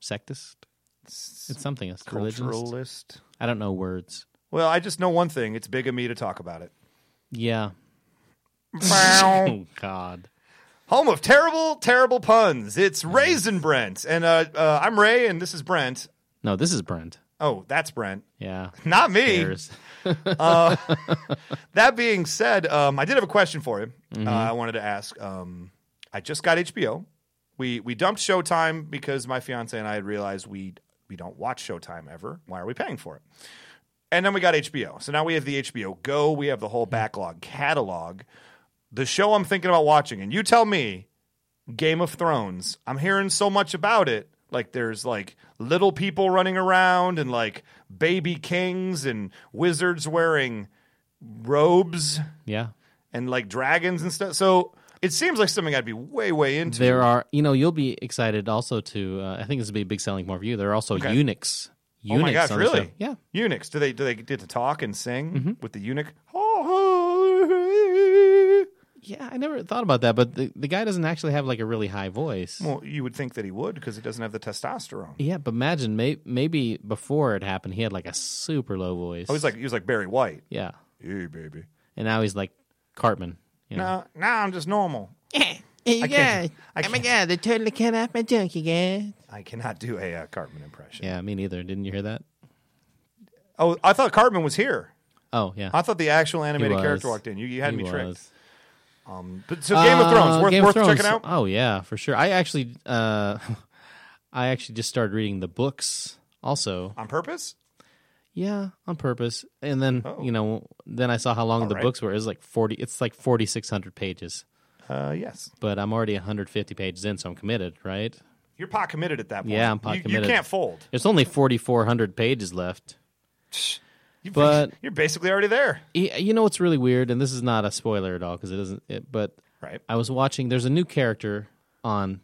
Speaker 3: sectist. It's somethingist, religionist.
Speaker 2: culturalist.
Speaker 3: I don't know words.
Speaker 2: Well, I just know one thing. It's big of me to talk about it.
Speaker 3: Yeah.
Speaker 2: Bow.
Speaker 3: Oh God.
Speaker 2: Home of terrible, terrible puns. It's Raisin Brent. And uh, uh, I'm Ray, and this is Brent.
Speaker 3: No, this is Brent.
Speaker 2: Oh, that's Brent.
Speaker 3: Yeah.
Speaker 2: Not me.
Speaker 3: Bears.
Speaker 2: That being said, um, I did have a question for you. Uh, I wanted to ask. Um, I just got HBO. We we dumped Showtime because my fiance and I had realized we we don't watch Showtime ever. Why are we paying for it? And then we got HBO. So now we have the HBO Go. We have the whole backlog catalog. The show I'm thinking about watching, and you tell me, Game of Thrones. I'm hearing so much about it. Like there's like little people running around and like baby kings and wizards wearing robes
Speaker 3: Yeah.
Speaker 2: and like dragons and stuff. So it seems like something I'd be way way into.
Speaker 3: There are, you know, you'll be excited also to. Uh, I think this would be a big selling point for you. There are also
Speaker 2: Okay.
Speaker 3: eunuchs.
Speaker 2: oh
Speaker 3: Eunuchs
Speaker 2: my gosh,
Speaker 3: on the show.
Speaker 2: really?
Speaker 3: Yeah. Mm-hmm.
Speaker 2: eunuchs. Do they do they get to talk and sing with the eunuch?
Speaker 3: Yeah. I never thought about that, but the, the guy doesn't actually have like a really high
Speaker 2: (laughs)
Speaker 3: voice.
Speaker 2: Well, you would think that he would because he doesn't have the testosterone.
Speaker 3: Yeah, but imagine may- maybe before it happened, he had like a super low voice.
Speaker 2: Oh, he's like he was like Barry White.
Speaker 3: yeah,
Speaker 2: Hey, baby.
Speaker 3: and now he's like Cartman. You know?
Speaker 2: No, no, I'm just normal.
Speaker 4: Hey, you
Speaker 2: can't-
Speaker 4: guys.
Speaker 2: I
Speaker 4: Oh my god, they totally cut off my donkey, guys.
Speaker 2: I cannot do a uh, Cartman impression.
Speaker 3: Yeah, me neither. Didn't you hear that?
Speaker 2: Oh, I thought Cartman was here.
Speaker 3: Oh yeah,
Speaker 2: I thought the actual
Speaker 3: He
Speaker 2: animated
Speaker 3: was.
Speaker 2: character walked in. You, you had
Speaker 3: He
Speaker 2: me tricked. Um,
Speaker 3: was.
Speaker 2: But, so Game of Thrones,
Speaker 3: Uh,
Speaker 2: worth,
Speaker 3: Game of
Speaker 2: worth
Speaker 3: Thrones.
Speaker 2: checking out.
Speaker 3: (laughs) Oh yeah, for sure. I actually, uh, I actually just started reading the books Also,
Speaker 2: on purpose.
Speaker 3: yeah, on purpose. And then you know, then I saw how long the
Speaker 2: Oh. right.
Speaker 3: books were. It's like forty. It's like forty six hundred pages.
Speaker 2: Uh, yes,
Speaker 3: But I'm already 150 pages in, so I'm committed, right?
Speaker 2: you're pot committed at that point.
Speaker 3: Yeah, I'm pot
Speaker 2: You-
Speaker 3: committed.
Speaker 2: You can't fold.
Speaker 3: There's only 4,400 pages left.
Speaker 2: You-
Speaker 3: But-
Speaker 2: you're basically already there,
Speaker 3: Y- You know what's really weird, and this is not a spoiler at all because it isn't. It, but
Speaker 2: right?
Speaker 3: I was watching. There's a new character on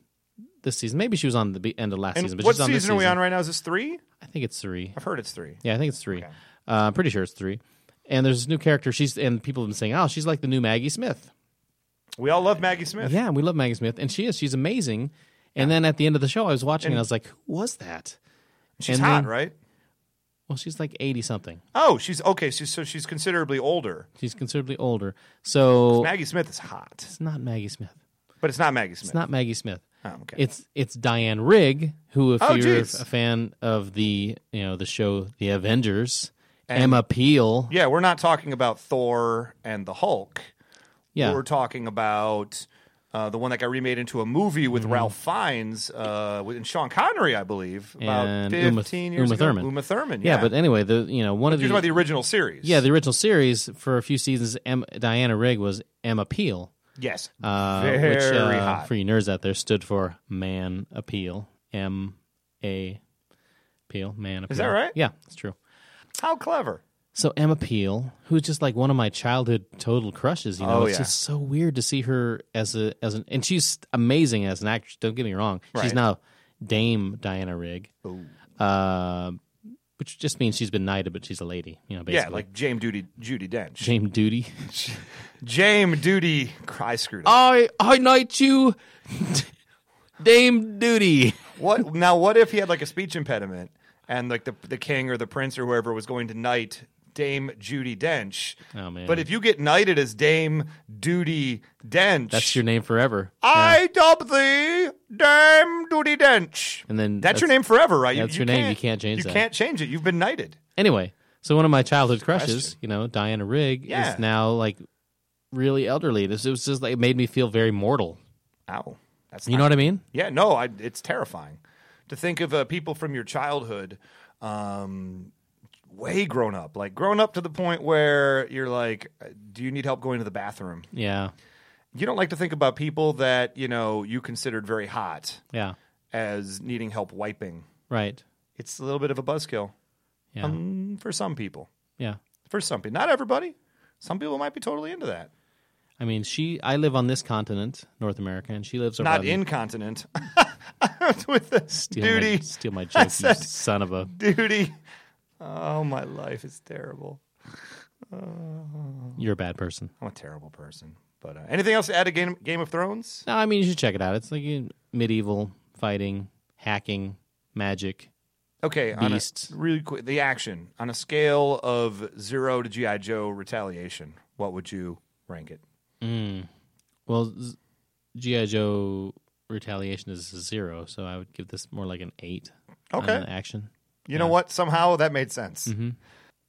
Speaker 3: this season. Maybe she was on the be- end of last
Speaker 2: And
Speaker 3: season. But
Speaker 2: what
Speaker 3: she's on
Speaker 2: season,
Speaker 3: this
Speaker 2: are we
Speaker 3: season.
Speaker 2: on right now? Is this three?
Speaker 3: I think it's three.
Speaker 2: I've heard it's three.
Speaker 3: Yeah, I think it's three. Uh, I'm pretty sure it's three. And there's this new character. She's and people have been saying, "Oh, she's like the new Maggie Smith."
Speaker 2: We all love Maggie Smith.
Speaker 3: Yeah, we love Maggie Smith, and she is. She's amazing. And then at the end of the show, I was watching, and, I was like, "Who was that?"
Speaker 2: she's
Speaker 3: and
Speaker 2: hot,
Speaker 3: then-
Speaker 2: right?
Speaker 3: Well, she's like eighty something.
Speaker 2: Oh, she's okay. She's so she's considerably older.
Speaker 3: She's considerably older. So
Speaker 2: Maggie Smith is hot,
Speaker 3: it's not Maggie Smith.
Speaker 2: but it's not Maggie Smith.
Speaker 3: It's not Maggie Smith.
Speaker 2: Oh, okay.
Speaker 3: It's it's Diane Rigg, who if
Speaker 2: Oh,
Speaker 3: you're
Speaker 2: jeez.
Speaker 3: a fan of the you know the show The Avengers, Emma Peel.
Speaker 2: yeah, we're not talking about Thor and the Hulk.
Speaker 3: Yeah.
Speaker 2: We're talking about uh, the one that got remade into a movie with
Speaker 3: Mm-hmm.
Speaker 2: Ralph Fiennes uh, with- and Sean Connery, I believe, about
Speaker 3: And Uma-
Speaker 2: 15 years
Speaker 3: Uma
Speaker 2: ago.
Speaker 3: Thurman.
Speaker 2: Uma Thurman, yeah.
Speaker 3: yeah, but anyway, the you know one of
Speaker 2: you're
Speaker 3: the,
Speaker 2: talking about the original series.
Speaker 3: yeah the original series for a few seasons, em, Diana Rigg was Emma Peel,
Speaker 2: yes.
Speaker 3: uh,
Speaker 2: Very
Speaker 3: which uh,
Speaker 2: hot.
Speaker 3: for you nerds out there stood for Man Appeal, M A Peel, Man Appeal.
Speaker 2: that right?
Speaker 3: Yeah, it's true.
Speaker 2: How clever.
Speaker 3: So Emma Peel, who's just like one of my childhood total crushes, you know,
Speaker 2: Oh,
Speaker 3: it's
Speaker 2: yeah.
Speaker 3: just so weird to see her as a as an and she's amazing as an actress. Don't get me wrong,
Speaker 2: Right.
Speaker 3: she's now Dame Diana Rigg, uh, which just means she's been knighted, but she's a lady, you know, basically.
Speaker 2: Yeah,
Speaker 3: (laughs)
Speaker 2: like James Duty, Judy Dench.
Speaker 3: James Duty.
Speaker 2: James Duty. (laughs) I screwed up.
Speaker 3: I I knight you, Dame Duty.
Speaker 2: What now? What if he had like a speech impediment and like the the king or the prince or whoever was going to knight Dame Judy Dench?
Speaker 3: Oh, man.
Speaker 2: But if you get knighted as Dame Duty Dench,
Speaker 3: That's your name forever.
Speaker 2: I dub thee Dame Duty Dench.
Speaker 3: And then
Speaker 2: that's, your
Speaker 3: that's-
Speaker 2: name forever, right?
Speaker 3: that's your name. You can't change
Speaker 2: You
Speaker 3: that.
Speaker 2: can't change it. You've been knighted.
Speaker 3: Anyway, so one of my childhood crushes,
Speaker 2: question.
Speaker 3: you know, Diana Rigg,
Speaker 2: Yeah.
Speaker 3: is now like really elderly. This it was just like it made me feel very mortal.
Speaker 2: Ow. That's
Speaker 3: You know what I mean?
Speaker 2: Yeah, no, I, it's terrifying to think of uh, people from your childhood, um, way grown up, like grown up to the point where you're like, "Uh, do you need help going to the bathroom?
Speaker 3: Yeah,
Speaker 2: You don't like to think about people that you know you considered very hot
Speaker 3: yeah,
Speaker 2: as needing help wiping.
Speaker 3: right,
Speaker 2: It's a little bit of a buzzkill
Speaker 3: yeah,
Speaker 2: um, for some people.
Speaker 3: yeah.
Speaker 2: For some people, not everybody. Some people might be totally into that.
Speaker 3: I mean, she. I live on this continent, North America, and she lives over
Speaker 2: Not
Speaker 3: on
Speaker 2: incontinent. (laughs) With this
Speaker 3: steal my-
Speaker 2: duty, (laughs)
Speaker 3: steal my joke, you son of a.
Speaker 2: duty. Oh, my life is terrible.
Speaker 3: You're a bad person.
Speaker 2: I'm a terrible person. But uh, anything else to add to Game, Game of Thrones?
Speaker 3: No, I mean you should check it out. It's like you- medieval fighting, hacking, magic.
Speaker 2: Okay, on a,
Speaker 3: Beasts.
Speaker 2: really quick, the action on a scale of zero to GI Joe Retaliation, what would you rank it?
Speaker 3: Well, Z- GI Joe Retaliation is a zero, so I would give this more like an eight. on
Speaker 2: Okay.
Speaker 3: the action.
Speaker 2: You know what? Somehow that made sense.
Speaker 3: Mm-hmm.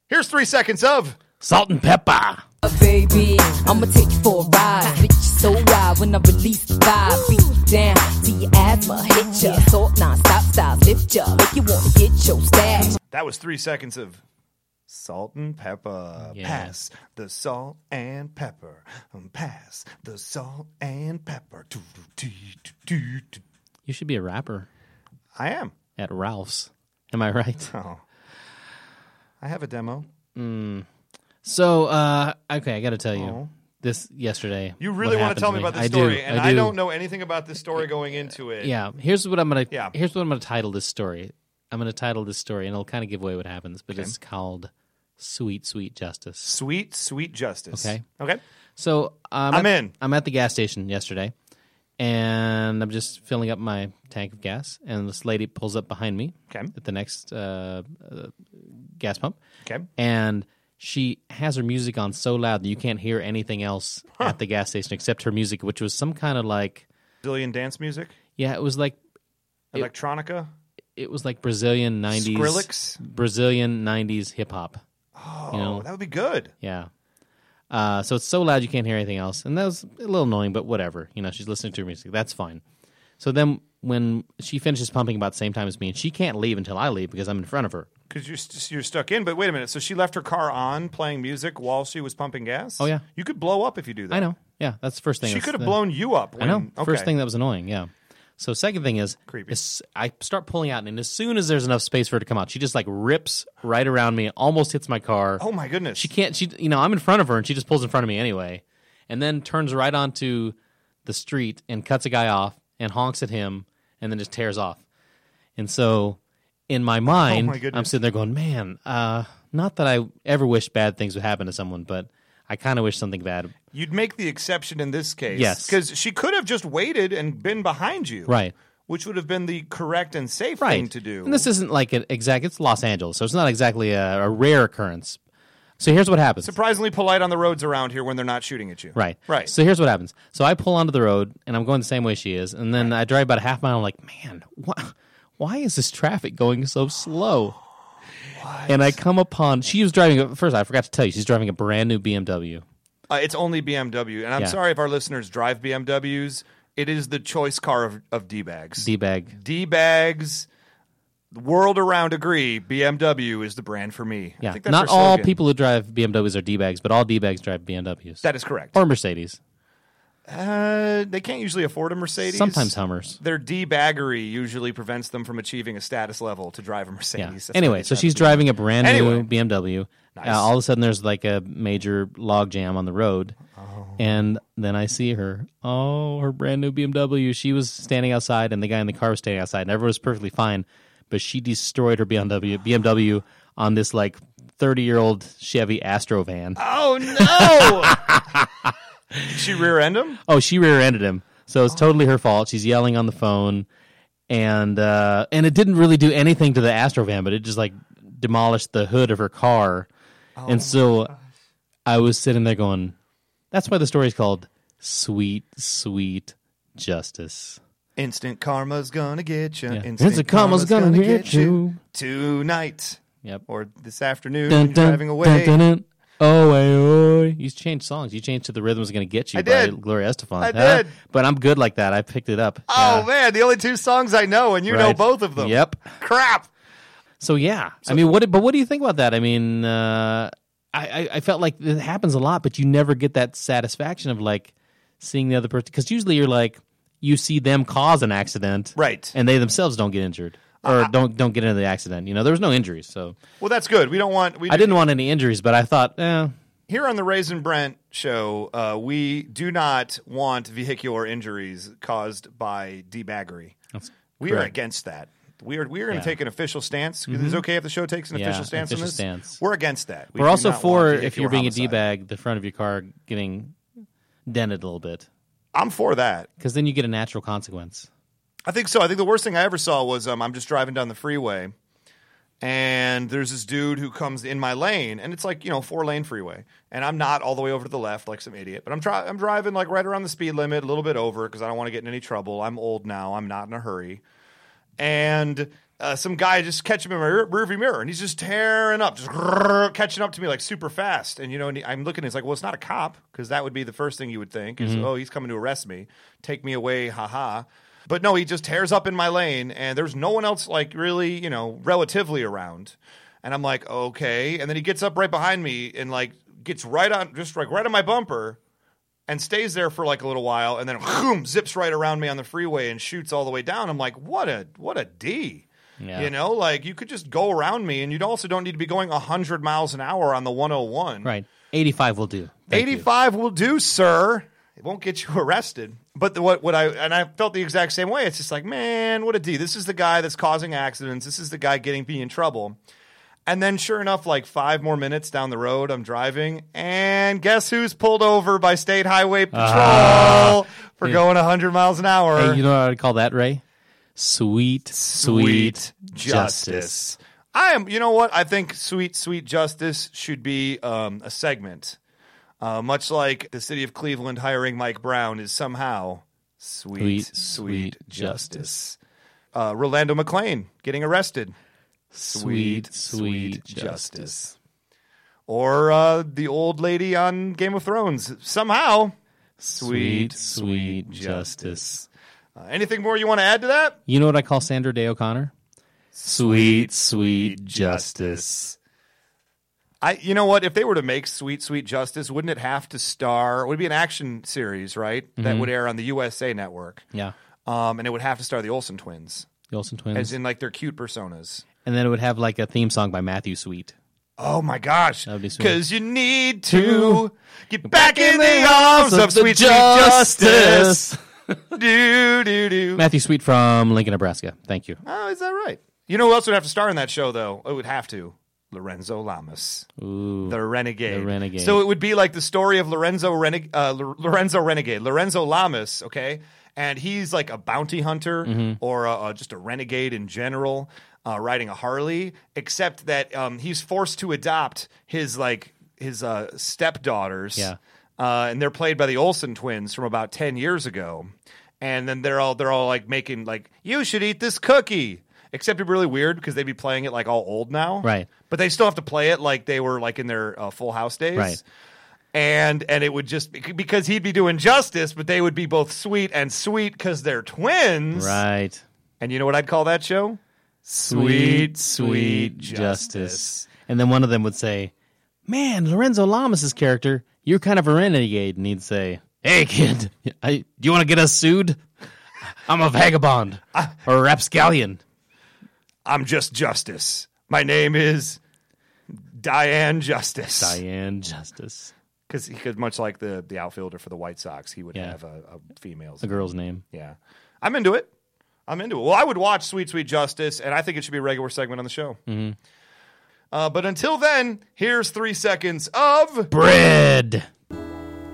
Speaker 2: Here's three seconds of
Speaker 3: Salt and pepper.
Speaker 5: baby. I'ma take you for a ride. Bitch, you so wild when I release the vibe. Beat you down till your asthma hit ya. Salt non-stop style, lift ya. Make you wanna get your stash.
Speaker 2: that was three seconds of salt and pepper.
Speaker 3: Yeah.
Speaker 2: Pass the salt and pepper. Um, Pass the salt and pepper. Doo, doo, doo, doo, doo.
Speaker 3: You should be a rapper
Speaker 2: I am.
Speaker 3: at Ralph's. Am I
Speaker 2: (laughs)
Speaker 3: right?
Speaker 2: Oh, I have a demo.
Speaker 3: So, uh, okay, I got to tell you this yesterday.
Speaker 2: Oh. You really want
Speaker 3: what happened
Speaker 2: to tell me about this
Speaker 3: I do,
Speaker 2: story, and I,
Speaker 3: do.
Speaker 2: don't know anything about this story going into it.
Speaker 3: Yeah, here's what I'm gonna.
Speaker 2: Yeah.
Speaker 3: here's what I'm gonna title this story. I'm gonna title this story, and it'll kind of give away what happens, but it's called "Sweet Sweet Justice."
Speaker 2: Sweet, sweet justice.
Speaker 3: Okay.
Speaker 2: Okay.
Speaker 3: So um,
Speaker 2: I'm
Speaker 3: at-
Speaker 2: in.
Speaker 3: I'm at the gas station yesterday, and I'm just filling up my tank of gas. And this lady pulls up behind me
Speaker 2: Okay.
Speaker 3: at the next uh, uh, gas pump.
Speaker 2: Okay.
Speaker 3: and she has her music on so loud that you can't hear anything else at the gas station except her music, which was some kind of like
Speaker 2: Brazilian dance music,
Speaker 3: yeah, it was like
Speaker 2: electronica.
Speaker 3: it was like Brazilian nineties
Speaker 2: Skrillex?
Speaker 3: Brazilian nineties hip hop.
Speaker 2: Oh,
Speaker 3: know.
Speaker 2: that would be good.
Speaker 3: Yeah. Uh, so it's so loud you can't hear anything else, and that was a little annoying, but whatever. You know, she's listening to her music. That's fine. So then when she finishes pumping about the same time as me, and she can't leave until I leave because I'm in front of her.
Speaker 2: Because you're, st- you're stuck in. But wait a minute. So she left her car on playing music while she was pumping gas?
Speaker 3: Oh, yeah.
Speaker 2: You could blow up if you do that.
Speaker 3: I know. Yeah, that's the first thing.
Speaker 2: She
Speaker 3: That's
Speaker 2: could have
Speaker 3: the-
Speaker 2: blown you up.
Speaker 3: I
Speaker 2: When,
Speaker 3: know.
Speaker 2: Okay.
Speaker 3: First thing that was annoying. Yeah. So second thing is
Speaker 2: Creepy.
Speaker 3: is I start pulling out, and as soon as there's enough space for her to come out, she just like rips right around me, almost hits my car.
Speaker 2: Oh, my goodness.
Speaker 3: She can't. She you know I'm in front of her, and she just pulls in front of me anyway, and then turns right onto the street and cuts a guy off and honks at him, and then just tears off. And so in my mind,
Speaker 2: Oh, my goodness.
Speaker 3: I'm sitting there going, man, uh, not that I ever wish bad things would happen to someone, but I kind of wish something bad.
Speaker 2: You'd make the exception in this case.
Speaker 3: Yes.
Speaker 2: Because she could have just waited and been behind you.
Speaker 3: Right.
Speaker 2: Which would have been the correct and safe
Speaker 3: right.
Speaker 2: thing to do.
Speaker 3: And this isn't like an exact. It's Los Angeles, so it's not exactly a, a rare occurrence. So here's what happens.
Speaker 2: Surprisingly polite on the roads around here when they're not shooting at you.
Speaker 3: Right.
Speaker 2: Right.
Speaker 3: So here's what happens. So I pull onto the road and I'm going the same way she is, and then I drive about a half mile. I'm like, man, wh- why is this traffic going so slow? And I come upon she was driving. a- First, I forgot to tell you, she's driving a brand new BMW.
Speaker 2: Uh, it's only BMW, and I'm
Speaker 3: Yeah.
Speaker 2: sorry if our listeners drive BMWs. It is the choice car of, of D bags.
Speaker 3: D bag.
Speaker 2: D bags. The world around agree. BMW is the brand for me. I
Speaker 3: Yeah.
Speaker 2: think that's
Speaker 3: Not
Speaker 2: their
Speaker 3: all
Speaker 2: slogan.
Speaker 3: people who drive BMWs are D bags, but all D bags drive BMWs
Speaker 2: That is correct.
Speaker 3: or Mercedes.
Speaker 2: Uh, they can't usually afford a Mercedes.
Speaker 3: Sometimes Hummers.
Speaker 2: Their D baggery usually prevents them from achieving a status level to drive a Mercedes.
Speaker 3: Yeah.
Speaker 2: That's why
Speaker 3: anyway,
Speaker 2: they
Speaker 3: so
Speaker 2: drive
Speaker 3: she's
Speaker 2: the-
Speaker 3: driving a brand
Speaker 2: Anyway.
Speaker 3: new BMW. Uh, all of a sudden, there's like a major log jam on the road,
Speaker 2: Oh.
Speaker 3: and then I see her. Oh, her brand new BMW. She was standing outside, and the guy in the car was standing outside, and everyone was perfectly fine. But she destroyed her BMW BMW on this like 30 year old Chevy Astro van.
Speaker 2: Oh
Speaker 3: (laughs)
Speaker 2: no! Did she rear end him?
Speaker 3: Oh, she rear-ended him. So
Speaker 2: Oh.
Speaker 3: it's totally her fault. She's yelling on the phone, and uh, and it didn't really do anything to the Astrovan, but it just like demolished the hood of her car.
Speaker 2: Oh
Speaker 3: and so I was sitting there going, "That's why the story's called Sweet Sweet Justice."
Speaker 2: Instant karma's gonna get you.
Speaker 3: Yeah. Instant karma's gonna get you.
Speaker 2: tonight
Speaker 3: Yep.
Speaker 2: or this afternoon.
Speaker 3: Dun,
Speaker 2: when you're
Speaker 3: dun,
Speaker 2: driving away.
Speaker 3: dun, dun, dun. Oh, hey, oh. You changed songs. You changed to "The Rhythm's Gonna Get You"
Speaker 2: I
Speaker 3: by
Speaker 2: did.
Speaker 3: Gloria Estefan.
Speaker 2: I
Speaker 3: Huh?
Speaker 2: did.
Speaker 3: But I'm good like that. I picked it up.
Speaker 2: Oh
Speaker 3: Yeah.
Speaker 2: man, the only two songs I know, and you know
Speaker 3: Right.
Speaker 2: both of them.
Speaker 3: Yep.
Speaker 2: Crap.
Speaker 3: So yeah, I mean, what? But what do you think about that? I mean, uh, I, I I felt like it happens a lot, but you never get that satisfaction of like seeing the other person because usually you're like you see them cause an accident,
Speaker 2: Right.
Speaker 3: And they themselves don't get injured or don't don't get into the accident. You know, there was no injuries, so
Speaker 2: Well, that's good. We don't want. We
Speaker 3: I didn't want any injuries, but I thought, eh,
Speaker 2: here on the Raisin Brent show. Uh, we do not want vehicular injuries caused by debaggery.
Speaker 3: that's
Speaker 2: We are
Speaker 3: correct.
Speaker 2: against that. We are we are going to
Speaker 3: Yeah. Mm-hmm.
Speaker 2: take an official stance. Is it okay if the show takes an
Speaker 3: Yeah,
Speaker 2: official stance
Speaker 3: official
Speaker 2: on this?
Speaker 3: stance.
Speaker 2: We're against that. We
Speaker 3: We're
Speaker 2: do
Speaker 3: also
Speaker 2: not
Speaker 3: for
Speaker 2: want
Speaker 3: if
Speaker 2: vehicular
Speaker 3: you're being
Speaker 2: homicide.
Speaker 3: a d bag, the front of your car getting dented a little bit
Speaker 2: I'm for that.
Speaker 3: because then you get a natural consequence.
Speaker 2: I think so. I think the worst thing I ever saw was um, I'm just driving down the freeway, and there's this dude who comes in my lane, and it's like you know four lane freeway, and I'm not all the way over to the left like some idiot, but I'm try- I'm driving like right around the speed limit, a little bit over because I don't want to get in any trouble. I'm old now. I'm not in a hurry, and. Uh, some guy just catch him in my rear- rearview mirror, and he's just tearing up, just grrr, catching up to me like super fast. And you know, and I'm looking. He's like, "Well, it's not a cop, because that would be the first thing you would think is, oh, he's coming to arrest me, take me away, haha." But no, he just tears up in my lane, and there's no one else like really, you know, relatively around. And I'm like, okay. And then he gets up right behind me and like gets right on, just like right on my bumper, and stays there for like a little while, and then boom, zips right around me on the freeway and shoots all the way down. I'm like, what a what a d.
Speaker 3: Yeah.
Speaker 2: You know, like you could just go around me, and you also don't need to be going 100 miles an hour on the 101.
Speaker 3: Right, eighty five will do. Thank you.
Speaker 2: 85 will do, sir. It won't get you (laughs) arrested. But the, what, what I, and I felt the exact same way. It's just like, man, what a D. This is the guy that's causing accidents. This is the guy getting me in trouble. And then, sure enough, like five more minutes down the road, I'm driving, and guess who's pulled over by State Highway Patrol for going 100 miles an hour?
Speaker 3: Hey, Uh-huh. Hmm. you know what I'd call that, Ray? Sweet, sweet, justice.
Speaker 2: I am. You know what? I think sweet, sweet justice should be um, a segment, uh, much like the city of Cleveland hiring Mike Brown is somehow sweet, sweet,
Speaker 3: Sweet, sweet
Speaker 2: justice. Uh, Rolando McClain getting arrested,
Speaker 3: Sweet, sweet justice.
Speaker 2: or uh, the old lady on Game of Thrones somehow
Speaker 3: Sweet, sweet justice.
Speaker 2: Uh, anything more you want to add to that?
Speaker 3: You know what I call Sandra Day O'Connor? Sweet, sweet
Speaker 2: justice. I, you know what? If they were to make Sweet Sweet Justice, wouldn't it have to star? It would be an action series, right? That would air on the USA Network,
Speaker 3: Yeah.
Speaker 2: um, and it would have to star the Olsen twins,
Speaker 3: The Olsen twins.
Speaker 2: as in like their cute personas.
Speaker 3: and then it would have like a theme song by Matthew Sweet.
Speaker 2: Oh my gosh!
Speaker 3: would be sweet.
Speaker 2: Because you need to get back in the arms of Sweet Sweet Justice. Do do do.
Speaker 3: Matthew Sweet from Lincoln, Nebraska. Thank you.
Speaker 2: Oh, is that right? You know who else would have to star in that show, though? It would have to Lorenzo Lamas,
Speaker 3: Ooh.
Speaker 2: the renegade.
Speaker 3: The renegade.
Speaker 2: So it would be like the story of Lorenzo Reneg- uh, L- Lorenzo Renegade, Lorenzo Lamas. Okay, and he's like a bounty hunter
Speaker 3: Mm-hmm.
Speaker 2: or a, a- just a renegade in general, uh, riding a Harley. Except that um, he's forced to adopt his like his uh, stepdaughters.
Speaker 3: Yeah.
Speaker 2: Uh, and they're played by the Olsen twins from about ten years ago. And then they're all they're all like making like you should eat this cookie. Except it'd be really weird because they'd be playing it like all old now,
Speaker 3: Right.
Speaker 2: But they still have to play it like they were like in their uh, Full House days,
Speaker 3: Right.
Speaker 2: And and it would just because he'd be doing justice, but they would be both sweet and sweet because they're twins,
Speaker 3: Right.
Speaker 2: And you know what I'd call that show?
Speaker 3: Sweet, sweet justice. And then one of them would say, Man, Lorenzo Lamas' character, you're kind of a renegade. And he'd say, Hey, kid, I, do you want to get us sued? I'm a vagabond or a rapscallion.
Speaker 2: I'm just justice. My name is Diane Justice.
Speaker 3: Diane Justice,
Speaker 2: because he could much like the the outfielder for the White Sox, he would
Speaker 3: Yeah.
Speaker 2: have a, a females.
Speaker 3: the girl's name.
Speaker 2: Yeah, I'm into it. I'm into it. Well, I would watch Sweet Sweet Justice, and I think it should be a regular segment on the show.
Speaker 3: Mm-hmm.
Speaker 2: Uh, but until then, here's three seconds of.
Speaker 3: Bread.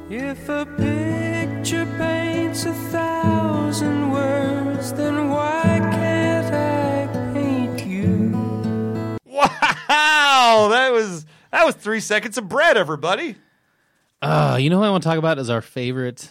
Speaker 1: If a picture paints a thousand words, then why can't I paint you?
Speaker 2: Wow, that was that was three seconds of bread, everybody.
Speaker 3: Uh, you know who I want to talk about is our favorite,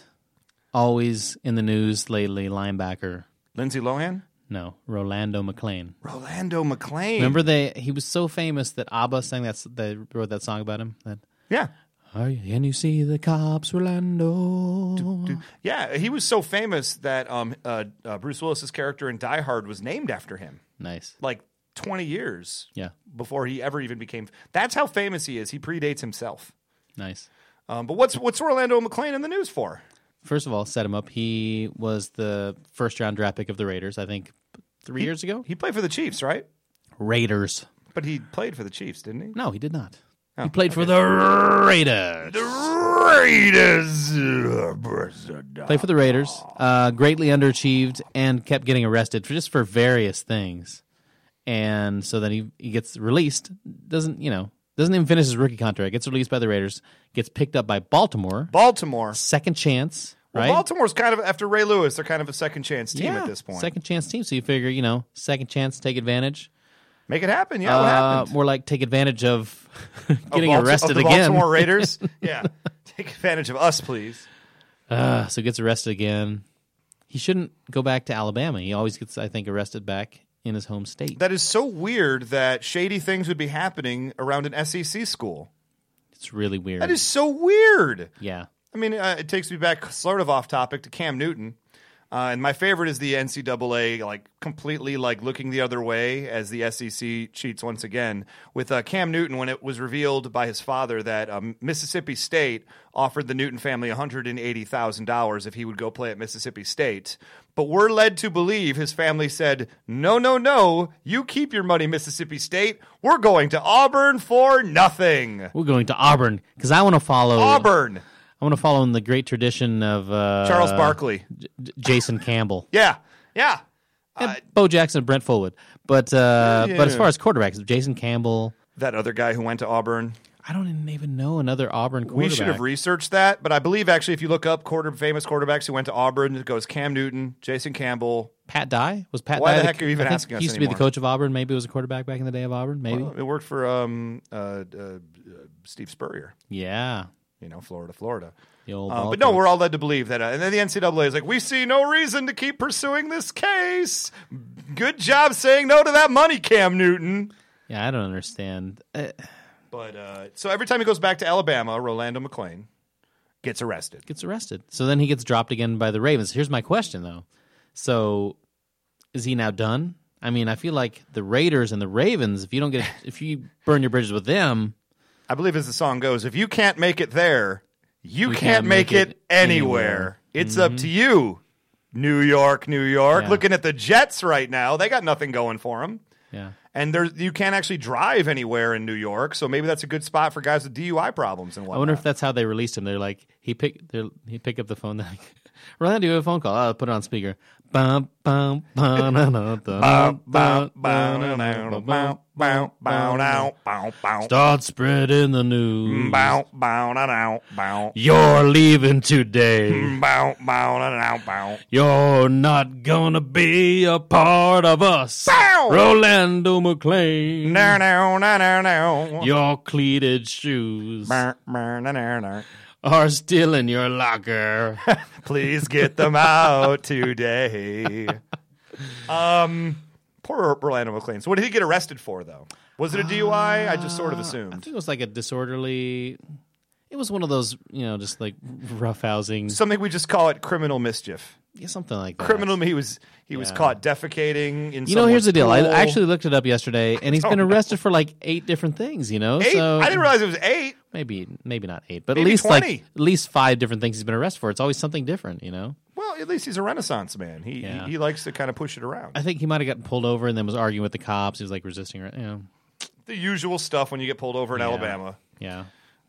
Speaker 3: always in the news lately, linebacker.
Speaker 2: Lindsay Lohan,
Speaker 3: No, Rolando McClain.
Speaker 2: Rolando McClain.
Speaker 3: Remember they? He was so famous that ABBA sang that. They wrote that song about him. That
Speaker 2: Yeah.
Speaker 3: Are you, and you see the cops, Rolando.
Speaker 2: Yeah, he was so famous that um, uh, uh, Bruce Willis's character in Die Hard was named after him.
Speaker 3: Nice.
Speaker 2: Like 20 years
Speaker 3: Yeah.
Speaker 2: before he ever even became. That's how famous he is. He predates himself.
Speaker 3: Nice.
Speaker 2: Um, but what's what's Orlando McClain in the news for?
Speaker 3: First of all, set him up. He was the first round draft pick of the Raiders. I think three years ago.
Speaker 2: He played for the Chiefs, right?
Speaker 3: Raiders.
Speaker 2: But he played for the Chiefs, didn't he?
Speaker 3: No, he did not. he played for the Raiders.
Speaker 2: uh, Raiders.
Speaker 3: Played for the Raiders, uh, greatly underachieved, and kept getting arrested for just for various things. And so then he, he gets released. Doesn't you know? Doesn't even finish his rookie contract. Gets released by the Raiders. Gets picked up by Baltimore.
Speaker 2: Baltimore.
Speaker 3: Second chance, right?
Speaker 2: Well, Baltimore's kind of after Ray Lewis. They're kind of a second chance team
Speaker 3: Yeah,
Speaker 2: at this point.
Speaker 3: second chance team. So you figure you know, second chance, take advantage.
Speaker 2: Make it happen. Yeah, what
Speaker 3: Uh,
Speaker 2: happened?
Speaker 3: More like take advantage of
Speaker 2: (laughs) Of
Speaker 3: (laughs) getting
Speaker 2: Balti-
Speaker 3: arrested
Speaker 2: of the
Speaker 3: again.
Speaker 2: Baltimore
Speaker 3: (laughs)
Speaker 2: Raiders. yeah, take advantage of us, please.
Speaker 3: Uh, so gets arrested again. He shouldn't go back to Alabama. He always gets, I think, arrested back in his home state.
Speaker 2: That is so weird that shady things would be happening around an SEC school.
Speaker 3: It's really weird.
Speaker 2: That is so weird.
Speaker 3: yeah.
Speaker 2: I mean, uh, it takes me back, sort of off topic, to Cam Newton. Uh, and my favorite is the NCAA, like completely like looking the other way as the SEC cheats once again with uh, Cam Newton when it was revealed by his father that um, Mississippi State offered the Newton family one hundred and eighty thousand dollars if he would go play at Mississippi State. But we're led to believe his family said, "No, no, no! You keep your money, Mississippi State. We're going to Auburn for nothing."
Speaker 3: We're going to Auburn because I want to follow
Speaker 2: Auburn,
Speaker 3: I want to follow in the great tradition of uh,
Speaker 2: Charles Barkley.
Speaker 3: J- J- Jason Campbell,
Speaker 2: Yeah, yeah.
Speaker 3: And Bo Jackson, and Brent Fullwood. But uh,
Speaker 2: Yeah, yeah,
Speaker 3: but as
Speaker 2: yeah.
Speaker 3: far as quarterbacks, Jason Campbell.
Speaker 2: That other guy who went to Auburn.
Speaker 3: I don't even- even know another Auburn quarterback.
Speaker 2: We should have researched that, but I believe actually, if you look up quarter famous quarterbacks who went to Auburn, it goes Cam Newton, Jason Campbell.
Speaker 3: Pat Dye was Pat.
Speaker 2: Why
Speaker 3: Dye
Speaker 2: the heck are you even
Speaker 3: I think
Speaker 2: asking
Speaker 3: He
Speaker 2: us
Speaker 3: used to be
Speaker 2: anymore?
Speaker 3: the coach of Auburn. Maybe he was a quarterback back in the day of Auburn. Maybe.
Speaker 2: Well, it worked for um, uh, uh, uh, Steve Spurrier,
Speaker 3: yeah.
Speaker 2: you know, Florida, Florida.
Speaker 3: The old.
Speaker 2: Uh,
Speaker 3: ball
Speaker 2: but no,
Speaker 3: coach.
Speaker 2: we're all led to believe that. Uh, and then the NCAA is like, we see no reason to keep pursuing this case. Good job saying no to that money, Cam Newton.
Speaker 3: Yeah, I don't understand. Uh,
Speaker 2: But uh, so every time he goes back to Alabama, Rolando McClain gets arrested.
Speaker 3: gets arrested. So then he gets dropped again by the Ravens. Here's my question though. So is he now done? I mean, I feel like the Raiders and the Ravens, if you don't get if you burn your bridges with them,
Speaker 2: I believe as the song goes, if you can't make it there, you can't, make, it, anywhere.
Speaker 3: anywhere. Mm-hmm.
Speaker 2: It's up to you. New York, New York.
Speaker 3: Yeah.
Speaker 2: Looking at the Jets right now, they got nothing going for them.
Speaker 3: yeah.
Speaker 2: And there's you can't actually drive anywhere in New York, so maybe that's a good spot for guys with DUI problems and
Speaker 3: I
Speaker 2: whatnot.
Speaker 3: wonder if that's how they released him. They're like he pick they're, he pick up the phone. (laughs) They're like, Rolando, you have a phone call. I'll put it on speaker. Bum, bum, bum, na, na, da,
Speaker 2: Bow,
Speaker 3: bum,
Speaker 2: bow,
Speaker 3: bum,
Speaker 2: bow,
Speaker 3: na,
Speaker 2: now, bow,
Speaker 3: na, bum,
Speaker 2: bow, bow, bow, now, bow, bow. Mm,
Speaker 3: Start spreading the news.
Speaker 2: Bow, bow, now, now, bow. Mm,
Speaker 3: You're leaving today.
Speaker 2: Bow, bow, now, now, bow.
Speaker 3: You're not gonna be a part of us.
Speaker 2: Bow!
Speaker 3: Rolando McLean.
Speaker 2: Now, now, now, now, now.
Speaker 3: Mm. Your cleated shoes
Speaker 2: Bow, bow, now, now, now.
Speaker 3: are still in your locker.
Speaker 2: Please get them out today. Um, poor Orlando McLean. So, what did he get arrested for, though? Was it a DUI? I just sort of
Speaker 3: I
Speaker 2: assumed
Speaker 3: think it was like a disorderly. It was one of those, you know, just like rough housing,
Speaker 2: something we just call it criminal mischief.
Speaker 3: yeah, something like that.
Speaker 2: Criminal. He was he was
Speaker 3: Yeah.
Speaker 2: caught defecating in.
Speaker 3: You know, here's the deal. I
Speaker 2: someone's pool.
Speaker 3: actually looked it up yesterday,
Speaker 2: (laughs)
Speaker 3: and he's been arrested for like eight different things. You know,
Speaker 2: eight.
Speaker 3: so
Speaker 2: I didn't realize it was eight.
Speaker 3: maybe maybe not eight, but at
Speaker 2: Maybe
Speaker 3: least
Speaker 2: 20.
Speaker 3: like at least five different things he's been arrested for. It's always something different. You know,
Speaker 2: Well, at least he's a Renaissance man. He
Speaker 3: Yeah.
Speaker 2: he, he likes to kind of push it around.
Speaker 3: I think he might have gotten pulled over and then was arguing with the cops. He was like resisting. You know,
Speaker 2: the usual stuff when you get pulled over in Alabama.
Speaker 3: yeah.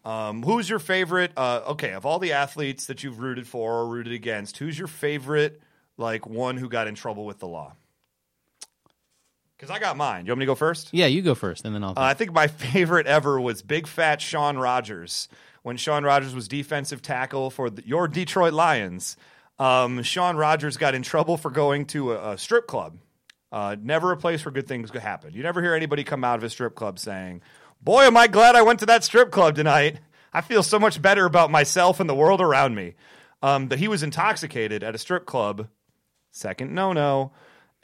Speaker 2: Um, who's your favorite? Uh, okay, of all the athletes that you've rooted for or rooted against, who's your favorite? Like one who got in trouble with the law? Because I got mine. You want me to go first?
Speaker 3: Yeah, you go first, and then I'll.
Speaker 2: Uh, I think my (laughs) favorite ever was Big Fat Sean Rogers. When Sean Rogers was defensive tackle for the, your Detroit Lions, um, Sean Rogers got in trouble for going to a, a strip club. Uh, never a place where good things could happen. You never hear anybody come out of a strip club saying, Boy, am I glad I went to that strip club tonight. I feel so much better about myself and the world around me. Um, but he was intoxicated at a strip club second no no.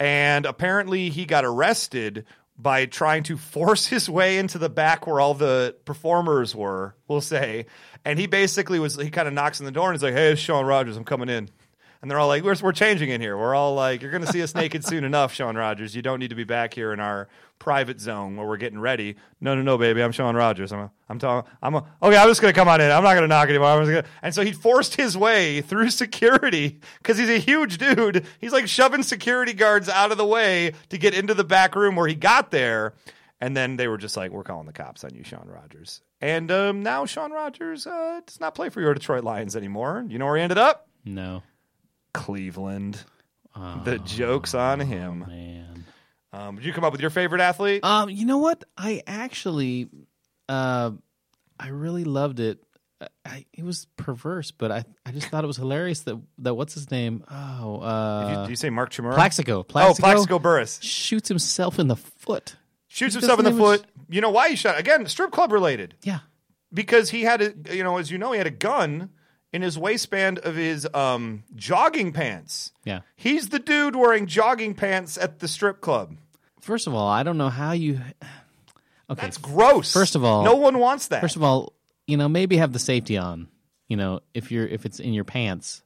Speaker 2: And apparently he got arrested by trying to force his way into the back where all the performers were, we'll say. And he basically was, he kind of knocks on the door and he's like, hey, it's Sean Rogers, I'm coming in. And they're all like, we're, we're changing in here. We're all like, you're going to see us naked soon enough, Sean Rogers. You don't need to be back here in our private zone where we're getting ready. No, no, no, baby. I'm Sean Rogers. I'm, a, I'm talking, I'm a, okay, I'm just going to come on in. I'm not going to knock anymore. I'm just gonna, and so he forced his way through security because he's a huge dude. He's like shoving security guards out of the way to get into the back room where he got there. And then they were just like, we're calling the cops on you, Sean Rogers. And um, now Sean Rogers uh, does not play for your Detroit Lions anymore. You know where he ended up?
Speaker 3: no,
Speaker 2: Cleveland. the joke's on him.
Speaker 3: Oh, man.
Speaker 2: Um, did you come up with your favorite athlete?
Speaker 3: Um, you know what? I actually, uh, I really loved it. I, I, it was perverse, but I, I just thought it was hilarious that that what's his name? Oh,
Speaker 2: Did you-
Speaker 3: uh,
Speaker 2: did you say Mark Chimura?
Speaker 3: Plaxico.
Speaker 2: Oh,
Speaker 3: Plaxico.
Speaker 2: Plaxico Burris.
Speaker 3: shoots himself in the foot.
Speaker 2: Shoots
Speaker 3: His
Speaker 2: himself in the
Speaker 3: name was-
Speaker 2: foot. You know why he shot? Again, strip club related.
Speaker 3: Yeah,
Speaker 2: Because he had, a, you know, as you know, he had a gun in his waistband of his um, jogging pants.
Speaker 3: yeah.
Speaker 2: He's the dude wearing jogging pants at the strip club.
Speaker 3: First of all, I don't know how you. (sighs) Okay,
Speaker 2: That's gross.
Speaker 3: First of all-
Speaker 2: no one wants that.
Speaker 3: First of all, you know, maybe have the safety on. You know, if you're if it's in your pants,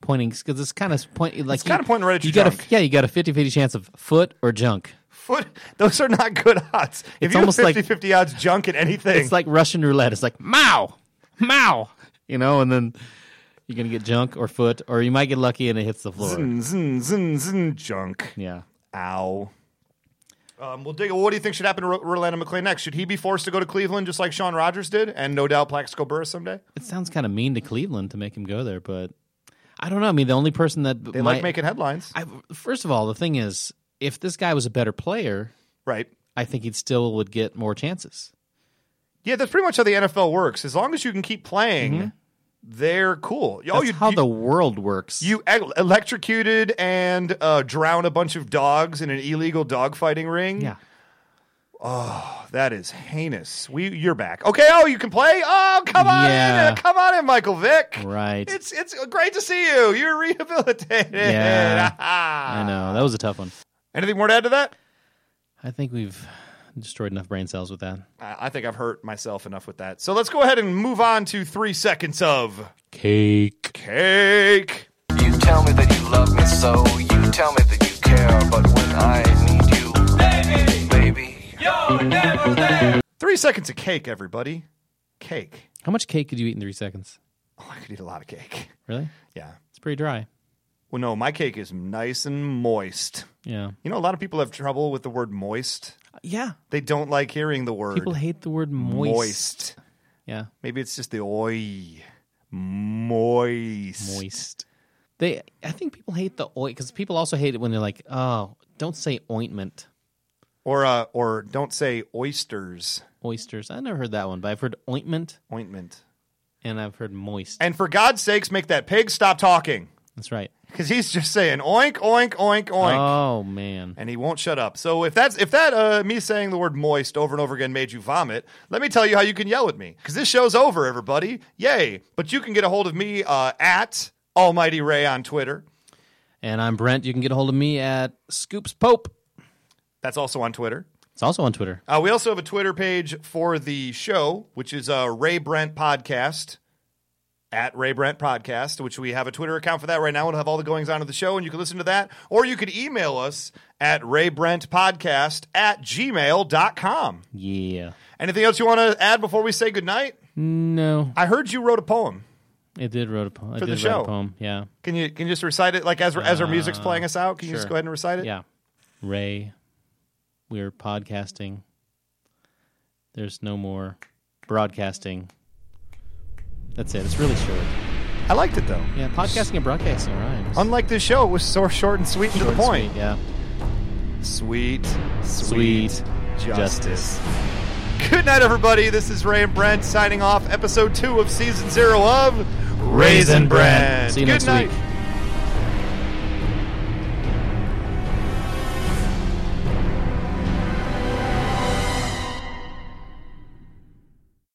Speaker 3: pointing because it's kind of point like
Speaker 2: kinda
Speaker 3: you-
Speaker 2: pointing right at
Speaker 3: you
Speaker 2: your
Speaker 3: got
Speaker 2: junk.
Speaker 3: A, yeah, you got a 50-50 chance of foot or junk.
Speaker 2: (laughs) Foot, those are not good odds. If
Speaker 3: It's
Speaker 2: you
Speaker 3: almost
Speaker 2: have
Speaker 3: like-
Speaker 2: 50 50 odds junk in anything,
Speaker 3: It's like Russian roulette. It's like Mao, Mao. You know, and then you're gonna get junk or foot, or you might get lucky and it hits the floor.
Speaker 2: zin, zin, zin, zin, junk.
Speaker 3: Yeah.
Speaker 2: Ow. Um, well, Diggle, what do you think should happen to Ro- Rolando McClain next? Should he be forced to go to Cleveland just like Sean Rogers did, and no doubt Plaxico Burris someday?
Speaker 3: It sounds kind of mean to Cleveland to make him go there, but I don't know. I mean, the only person that
Speaker 2: They like making headlines,
Speaker 3: I, first of all, the thing is, if this guy was a better player,
Speaker 2: right?
Speaker 3: I think he still would get more chances.
Speaker 2: Yeah, that's pretty much how the NFL works. As long as you can keep playing, they're cool. Oh,
Speaker 3: Mm-hmm. That's
Speaker 2: you
Speaker 3: how
Speaker 2: you,
Speaker 3: the world works.
Speaker 2: you e- electrocuted and uh, drown a bunch of dogs in an illegal dogfighting ring. Oh,
Speaker 3: yeah.
Speaker 2: That is heinous. We you're back. Okay, oh you can play? Oh come on
Speaker 3: Yeah.
Speaker 2: in. Come on in, Michael Vick.
Speaker 3: Right.
Speaker 2: It's it's great to see you. You're rehabilitated.
Speaker 3: Yeah.
Speaker 2: (laughs)
Speaker 3: I
Speaker 2: ah.
Speaker 3: know. That was a tough one.
Speaker 2: Anything more to add to that?
Speaker 3: I think we've destroyed enough brain cells with that.
Speaker 2: I I think I've hurt myself enough with that. So let's go ahead and move on to three seconds of
Speaker 3: Cake.
Speaker 2: cake.
Speaker 6: You tell me that you love me, So you tell me that you care, but when I need you, baby, baby,
Speaker 2: Three seconds of cake, everybody. Cake.
Speaker 3: How much cake could you eat in three seconds?
Speaker 2: Oh, I could eat a lot of cake. (laughs)
Speaker 3: Really?
Speaker 2: Yeah.
Speaker 3: It's pretty dry.
Speaker 2: Well, no, my cake is nice and moist.
Speaker 3: Yeah.
Speaker 2: You know, a lot of people have trouble with the word moist.
Speaker 3: Yeah.
Speaker 2: They don't like hearing the word
Speaker 3: People hate the word moist.
Speaker 2: moist.
Speaker 3: Yeah.
Speaker 2: Maybe it's just the oi. Moist.
Speaker 3: Moist. They I think people hate the oil because people also hate it when they're like, oh, don't say ointment.
Speaker 2: Or uh, or don't say oysters
Speaker 3: Oysters. I never heard that one, but I've heard ointment
Speaker 2: ointment.
Speaker 3: and I've heard moist.
Speaker 2: And for God's sakes, make that pig stop talking
Speaker 3: That's right.
Speaker 2: because he's just saying oink oink oink oink.
Speaker 3: Oh man.
Speaker 2: and he won't shut up. So if that's if that uh, me saying the word moist over and over again made you vomit, let me tell you how you can yell at me because this show's over, everybody. Yay! But you can get a hold of me uh, at Almighty Ray on Twitter.
Speaker 3: And I'm Brent. You can get a hold of me at Scoops Pope.
Speaker 2: That's also on Twitter.
Speaker 3: It's also on Twitter.
Speaker 2: Uh, we also have a Twitter page for the show, which is uh, Ray Brent Podcast at Ray Brent Podcast, which we have a Twitter account for that right now. We'll have all the goings on of the show, and you can listen to that. Or you could email us at raybrentpodcast at gmail.com.
Speaker 3: Yeah.
Speaker 2: Anything else you want to add before we say goodnight?
Speaker 3: No.
Speaker 2: I heard you wrote a poem.
Speaker 3: It did wrote a poem. I
Speaker 2: For
Speaker 3: did
Speaker 2: the
Speaker 3: write
Speaker 2: show.
Speaker 3: a poem. Yeah.
Speaker 2: Can you can you just recite it like as as our music's playing us out? Can you just
Speaker 3: sure.
Speaker 2: go ahead and recite it?
Speaker 3: Yeah. Ray, we're podcasting. There's no more broadcasting. That's it. It's really short.
Speaker 2: I liked it though.
Speaker 3: Yeah, podcasting and broadcasting rhymes.
Speaker 2: Unlike this show, it was so short and sweet and to the point.
Speaker 3: Sweet, yeah.
Speaker 2: Sweet,
Speaker 3: Sweet
Speaker 2: justice. Good night, everybody. This is Ray and Brent signing off. Episode two of season zero of
Speaker 3: Raisin Brent.
Speaker 2: Brent.
Speaker 3: See you
Speaker 2: Good
Speaker 3: next
Speaker 2: night.
Speaker 3: week.